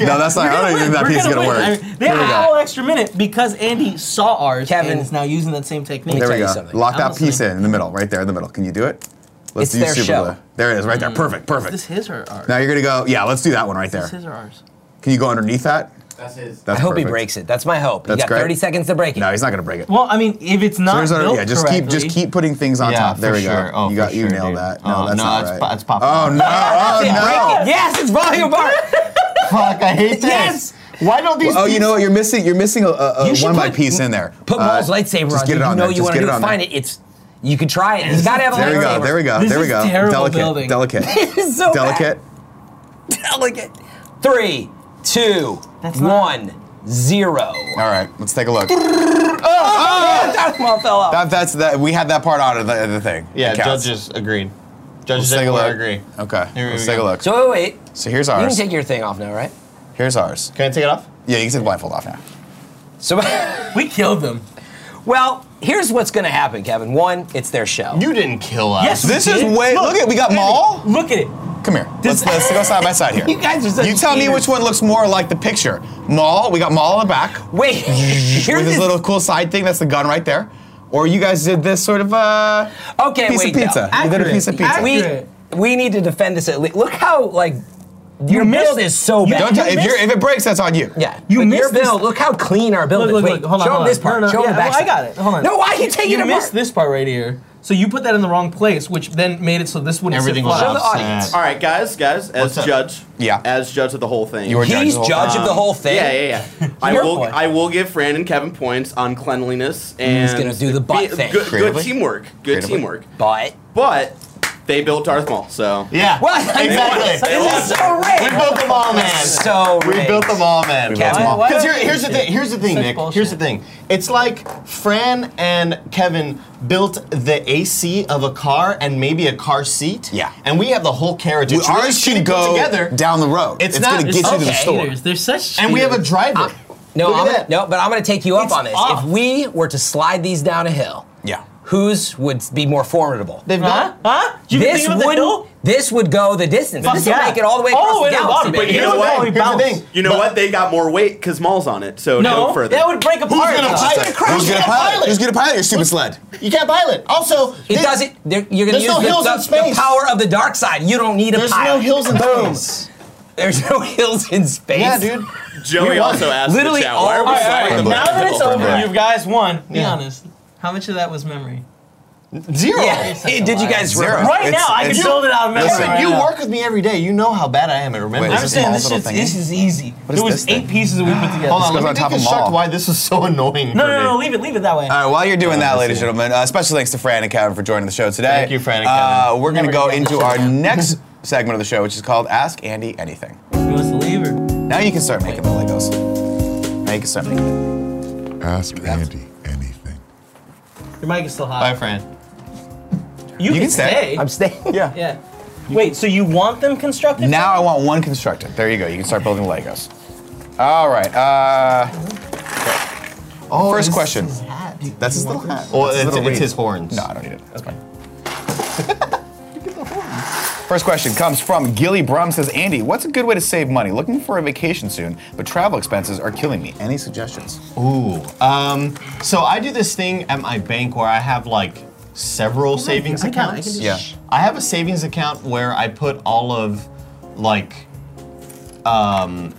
No, that's not. I don't even think that
We're
piece is
gonna
gonna
win.
work.
I mean, they have a whole extra minute because Andy saw ours
Kevin.
and is now using that same technique.
There we
tell you
go.
something.
Lock that
Honestly.
piece in, in the middle, right there in the middle. Can you do it? Let's
It's their show.
There it is, right there. Perfect,
Is this
perfect.
his or ours?
Now you're gonna go. Yeah, let's do that one right
Is this
there.
his or ours?
Can you go underneath that?
That's his.
That's
I hope he
perfect.
breaks it. That's my hope.
That's
you got
great.
30 seconds to break it.
No, he's not gonna break it.
Well, I mean, if it's not
There's
built
our- yeah, just keep just
correctly-
keep putting things on
Yeah,
top. There
for
we go.
sure. Oh,
you got
for
you
sure,
nailed
dude.
that.
Oh,
No, that's
no,
not
it's
right.
po- it's popping
Oh
off.
no!
That's it.
Oh
Break
no!
it. Yes, it's falling apart.
Fuck! I hate this.
Yes!
Why don't these?
Oh, you know
things-
what? You're missing. You're missing a, a, a
You should
one by
put-
piece in there.
[LAUGHS] Put
Uh,
Maul's lightsaber
just
on.
Get
you
it on
know
there.
you
Just
want to
get
do
it
it.
on
Find
there.
it. It's You could try it. It's got to have a
There we go.
lightsaber.
There we go.
This
there we
is
go.
terrible
delicate.
building.
Delicate.
[LAUGHS] It's so bad.
delicate.
Delicate. Three, two, one, zero.
All right, let's take a look.
[LAUGHS] That one fell off.
That, that's that. We had that part out of the, the thing.
Yeah,
It counts.
judges agreed. Judges
Let's take a
everywhere
look.
agree.
Okay,
Here we
let's take a
go.
look.
So wait, wait.
So here's
You can
ours.
take your thing off now, right?
Here's ours.
Can I take it off?
Yeah, you can take the blindfold off now.
So, [LAUGHS]
We killed them.
well, here's what's going to happen, Kevin. One, it's their show.
You didn't kill us.
Yes,
This
we
is
did.
way- look at- we got
Andy,
Maul.
Look at it.
Come here.
Does-
Let's, let's go side by side here.
[LAUGHS] You guys are such
You tell me
cheaters.
which one looks more like the picture. Maul, we got Maul on the back
Wait, [LAUGHS] here's
with his little cool side thing. That's the gun right there. Or you guys did this sort of uh,
okay,
piece
wait,
of pizza.
No.
You did a piece of pizza.
Accurate.
We, we need to defend this at least. Look how, like, your
missed-
build is so bad.
Don't tell, if,
missed-
you're, if it breaks, that's on you.
yeah,
you
but your
missed this-
build. Look how clean our
Look,
build is.
look,
wait,
look. Hold on.
show
hold on.
him this part.
No, no,
show him
yeah,
the
well,
back.
I got it. Hold on.
No, why are you taking
you
it apart?
missed this part right here. So you put that in the wrong place, which then made it so this wouldn't
Everything
sit
was
flat.
Show the audience.
upset.
All right, guys, guys, as
What's up?
judge,
Yeah.
as judge of the whole thing. Um,
You were
He's
judge the whole
judge of the whole thing.
yeah, yeah, yeah. I
Your
will.
point.
I will give Fran and Kevin points on cleanliness and
gonna do the butt
be-
thing.
Good, good
Creatively?
teamwork. Good
Creatively.
teamwork.
But
But they built Darth Maul, so
Yeah.
what?
Exactly.
This is so rigged.
We built the mall man.
So
we
rigged.
built the mall man.
built the mall.
Why- why
Because
don't you
here's the
do
thing. Here's the thing,
Such
Nick.
bullshit.
Here's the thing. It's like Fran and Kevin built the AC of a car and maybe a car seat.
Yeah.
And we have the whole carriage. It's really
ours
shitty
should
put
go
together.
down the road.
It's
It's,
not-
gonna get you to the
okay.
store.
Cheaters. They're such
And we have a
cheaters.
driver.
No,
Look at
I'm gonna,
that.
no, but I'm going to take you up
It's
on this.
off.
If we were to slide these down a hill,
Yeah.
whose would be more formidable?
They've
Huh?
got.
Huh? You been
this
thinking about the
would
hill?
this would go the distance.
Fuck
this would
yeah. Oh,
make it all the way
All
across
the way to the
galaxy,
bottom, but
baby.
you know
Either
what?
way,
Only
here's the
bounce.
thing. You know what? They got more weight because Maul's on it, so no,
No,
further.
that would break apart.
gonna
though.
fight?
Who's gonna,
Who's gonna
pilot?
pilot?
Who's gonna pilot your stupid sled?
You can't pilot. Also,
It
thi-
doesn't. there- You're going to
There's
use
no
the,
hills
the-
in space.
the power of the dark side. You don't need a
There's
pilot.
no hills in
Boom.
space.
There's no hills in space.
Yeah, dude.
Joey also asked
Literally
the chat, why are
all-
we
All right, all right.
siding the
Now
Maul
that it's
bill?
over,
Right.
you guys won. Be
Yeah.
honest. How much of that was memory?
Zero.
Yeah.
[LAUGHS]
Hey, did you guys
Zero.
remember?
Right
It's-
now, I can
it's-
build it out of memory.
listen,
right
You
now.
work with me every day. You know how bad I am at remembering.
Wait,
I'm
This
saying
small
this
little
is
thingy.
this is easy.
is
There was
this thing?
eight pieces that we put together.
Hold on,
goes
let me
on top of
deconstruct
Maul.
why this is so annoying.
No,
for
no,
me.
no, leave it, leave it that way.
All right, while you're
Oh,
doing that, ladies and gentlemen, uh, special thanks to Fran and Kevin for joining the show today.
Thank you, Fran and
Uh,
Kevin.
we're going to
Never
go
gonna
into our next segment of the show, which is called Ask Andy Anything.
He wants to leave her.
Now you can start making the Legos. Now you can start making it.
Ask Andy anything.
Your mic is still hot.
Bye, Fran.
You,
can
can
stay.
stay.
I'm staying.
Yeah.
Yeah. Wait, so you want them constructed?
Now I want one constructed. There you go. You can start building Legos. All right. Uh,
Oh,
first
this-
question. That's his little hat.
Well,
That's his
it's,
little
it's
wreath.
his horns.
No, I don't need it. That's fine. [LAUGHS] First question comes from Gilly Brum says, Andy, what's a good way to save money? Looking for a vacation soon, but travel expenses are killing me. Any suggestions?
Ooh. Um, so I do this thing at my bank where I have like several savings accounts.
Yeah.
I have a savings account where I put all of like um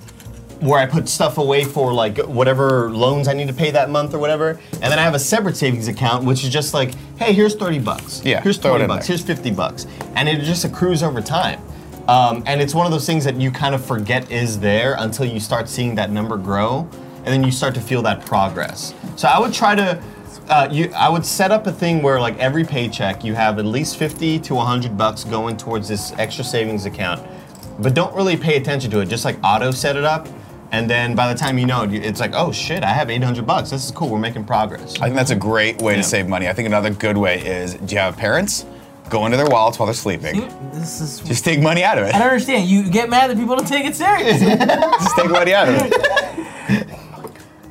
where I put stuff away for like whatever loans I need to pay that month or whatever. And then I have a separate savings account which is just like, hey, here's 30 bucks.
Yeah,
Here's
throw it
20
in
bucks.
there.
Here's 50 bucks. And it just accrues over time. Um, and it's one of those things that you kind of forget is there until you start seeing that number grow and then you start to feel that progress. So I would try to uh, you, I would set up a thing where, like, every paycheck you have at least 50 to 100 bucks going towards this extra savings account, but don't really pay attention to it. Just like auto set it up, and then by the time you know it, you- it's like, oh shit, I have 800 bucks. This is cool. We're making progress.
I think that's a great way to
Yeah.
save money. I think another good way is do you have parents? Go into their wallets while they're sleeping.
This is.
Just take money out of
I
it.
don't understand. You get mad that people don't take it seriously.
Just take money out of it.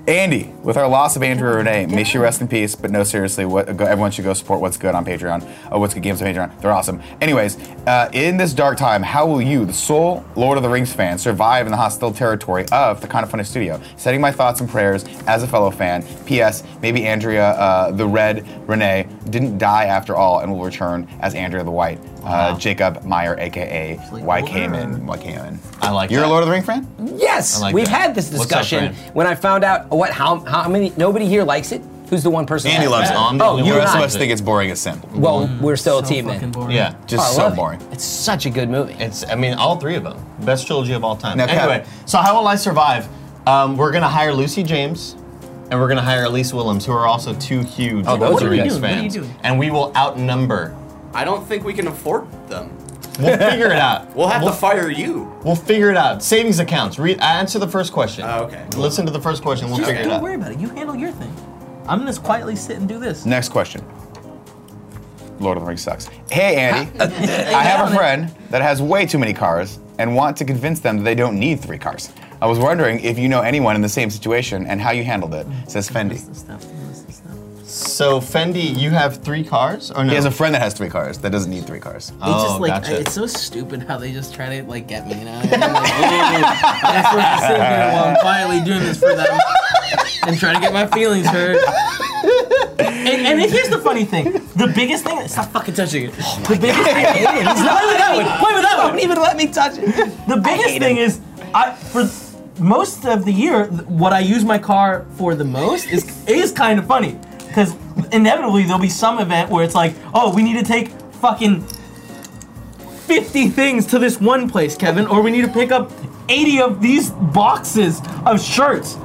Andy, with our loss of Andrew Renee, may she rest in peace. But no, seriously, what, go, everyone should go support What's Good on Patreon. Oh, What's Good Games on Patreon. They're awesome. Anyways, uh, in this dark time, how will you, the sole Lord of the Rings fan, survive in the hostile territory of the Kind of Funny Studio? Sending my thoughts and prayers as a fellow fan. P.S. Maybe Andrea, uh, the Red Renee, didn't die after all and will return as Andrea the White. Uh, Jacob Meyer, aka Y. Kamen. Y. Kamen.
I like
You're
that.
a Lord of the Ring fan?
Yes,
I like
we've
that.
had this
What's up,
discussion
Fran?
when I found out what how how many nobody here likes it. Who's the one person?
Andy
that-
loves it.
No, I'm the
Oh,
only
you
one
and
that
Some
I.
of
loves
us think it's boring as sin.
Well, we're still a team
fucking
then.
boring.
Yeah.
Just
I
so
love it.
boring.
It's such a good movie.
It's, I mean, all three of them. Best trilogy of all time.
Now, Kev-
anyway, so how will I survive? Um, we're gonna hire Lucy James and we're gonna hire Elise Willems, who are also two huge
Oh, those
Lord of the
are
Rings
good.
What are you
fans.
doing? What are you doing?
And we will outnumber.
I don't think we can afford them.
We'll figure it out.
[LAUGHS]
We'll have
we'll,
to fire you.
we'll figure it out. Savings accounts. Read. Answer the first question.
Oh, okay.
Listen to the first question. We'll
Just
figure it
don't
out.
worry about it. You handle your thing. I'm gonna just quietly sit and do this.
Next question. Lord of the Rings sucks. Hey, Andy. I have a friend that has way too many cars and want to convince them that they don't need three cars. I was wondering if you know anyone in the same situation and how you handled it, says Fendi.
Stuff, stuff, stuff.
So Fendi, you have three cars, or no?
He has a friend that has three cars that doesn't need three cars.
They
Oh,
just like
gotcha.
it's so stupid how they just try to like get me, you know. Like, That's what I'm sitting here while I'm quietly doing this for them and trying to get my feelings hurt.
And, and then here's the funny thing. The biggest thing. Stop fucking touching it. the biggest thing. [LAUGHS] It's not play with that one. Play with that one. Don't even let me touch it. The biggest thing is, I for most of the year, th- what I use my car for the most is is kind of funny, because inevitably there'll be some event where it's like, oh, we need to take fucking 50 things to this one place, Kevin, or we need to pick up 80 of these boxes of shirts.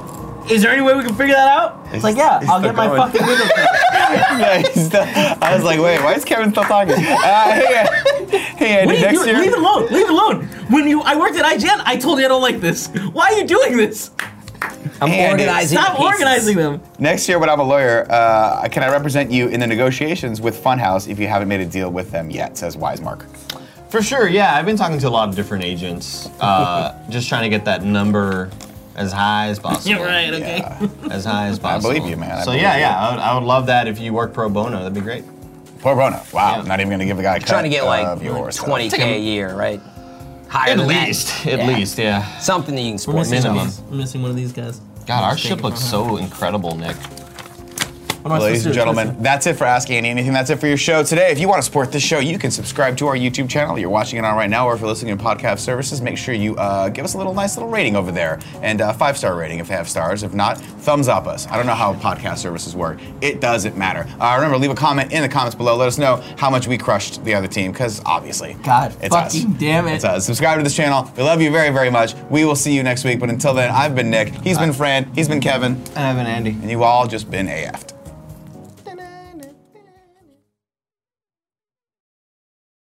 Is there any way we can figure that out? It's like, yeah, I'll
still
get my
going. [LAUGHS]
fucking window. fixed.
Yeah, he's still- I was like, wait, why is Kevin still talking? Uh, hey, uh, hey, Andy,
What are you
next
doing?
year.
Leave it alone. Leave it alone. When you, I worked at IGN. I told you I don't like this. Why are you doing this?
I'm
Andy.
organizing.
Stop
pieces.
organizing them.
Next year, when I'm a lawyer, uh, can I represent you in the negotiations with Funhouse if you haven't made a deal with them yet? Says Wisemark.
For sure, yeah. I've been talking to a lot of different agents, uh, [LAUGHS] just trying to get that number as high as possible.
You're right. Okay.
As high as possible.
believe you, man. [LAUGHS] I
so yeah,
believe
yeah. I would, I would love that if you work pro bono. That'd be great.
Pro bono. Wow,
Yeah.
not even gonna give the guy a cut
Trying to get
of your
like
stuff.
20k a year, right? Higher
At
than that.
least, [LAUGHS] at
Yeah.
least, yeah.
Something that you can
We're
support.
missing,
minimum.
these- we're missing one of these guys.
God, our ship looks so incredible, Nick.
What am I
Ladies and
supposed to do?
gentlemen, that's it for Ask Andy Anything. That's it for your show today. If you want to support this show, you can subscribe to our YouTube channel. You're watching it on right now, or if you're listening to podcast services, make sure you uh, give us a little nice little rating over there and uh, five star rating if they have stars. If not, thumbs up us. I don't know how podcast services work. It doesn't matter. Uh, remember, leave a comment in the comments below. Let us know how much we crushed the other team, because obviously,
God
it's us.
fucking damn it.
It's us. Subscribe to this channel. We love you very, very much. We will see you next week. But until then, I've been Nick. He's been Fran. He's been Kevin.
And I have an Andy.
And you all just been AF'd.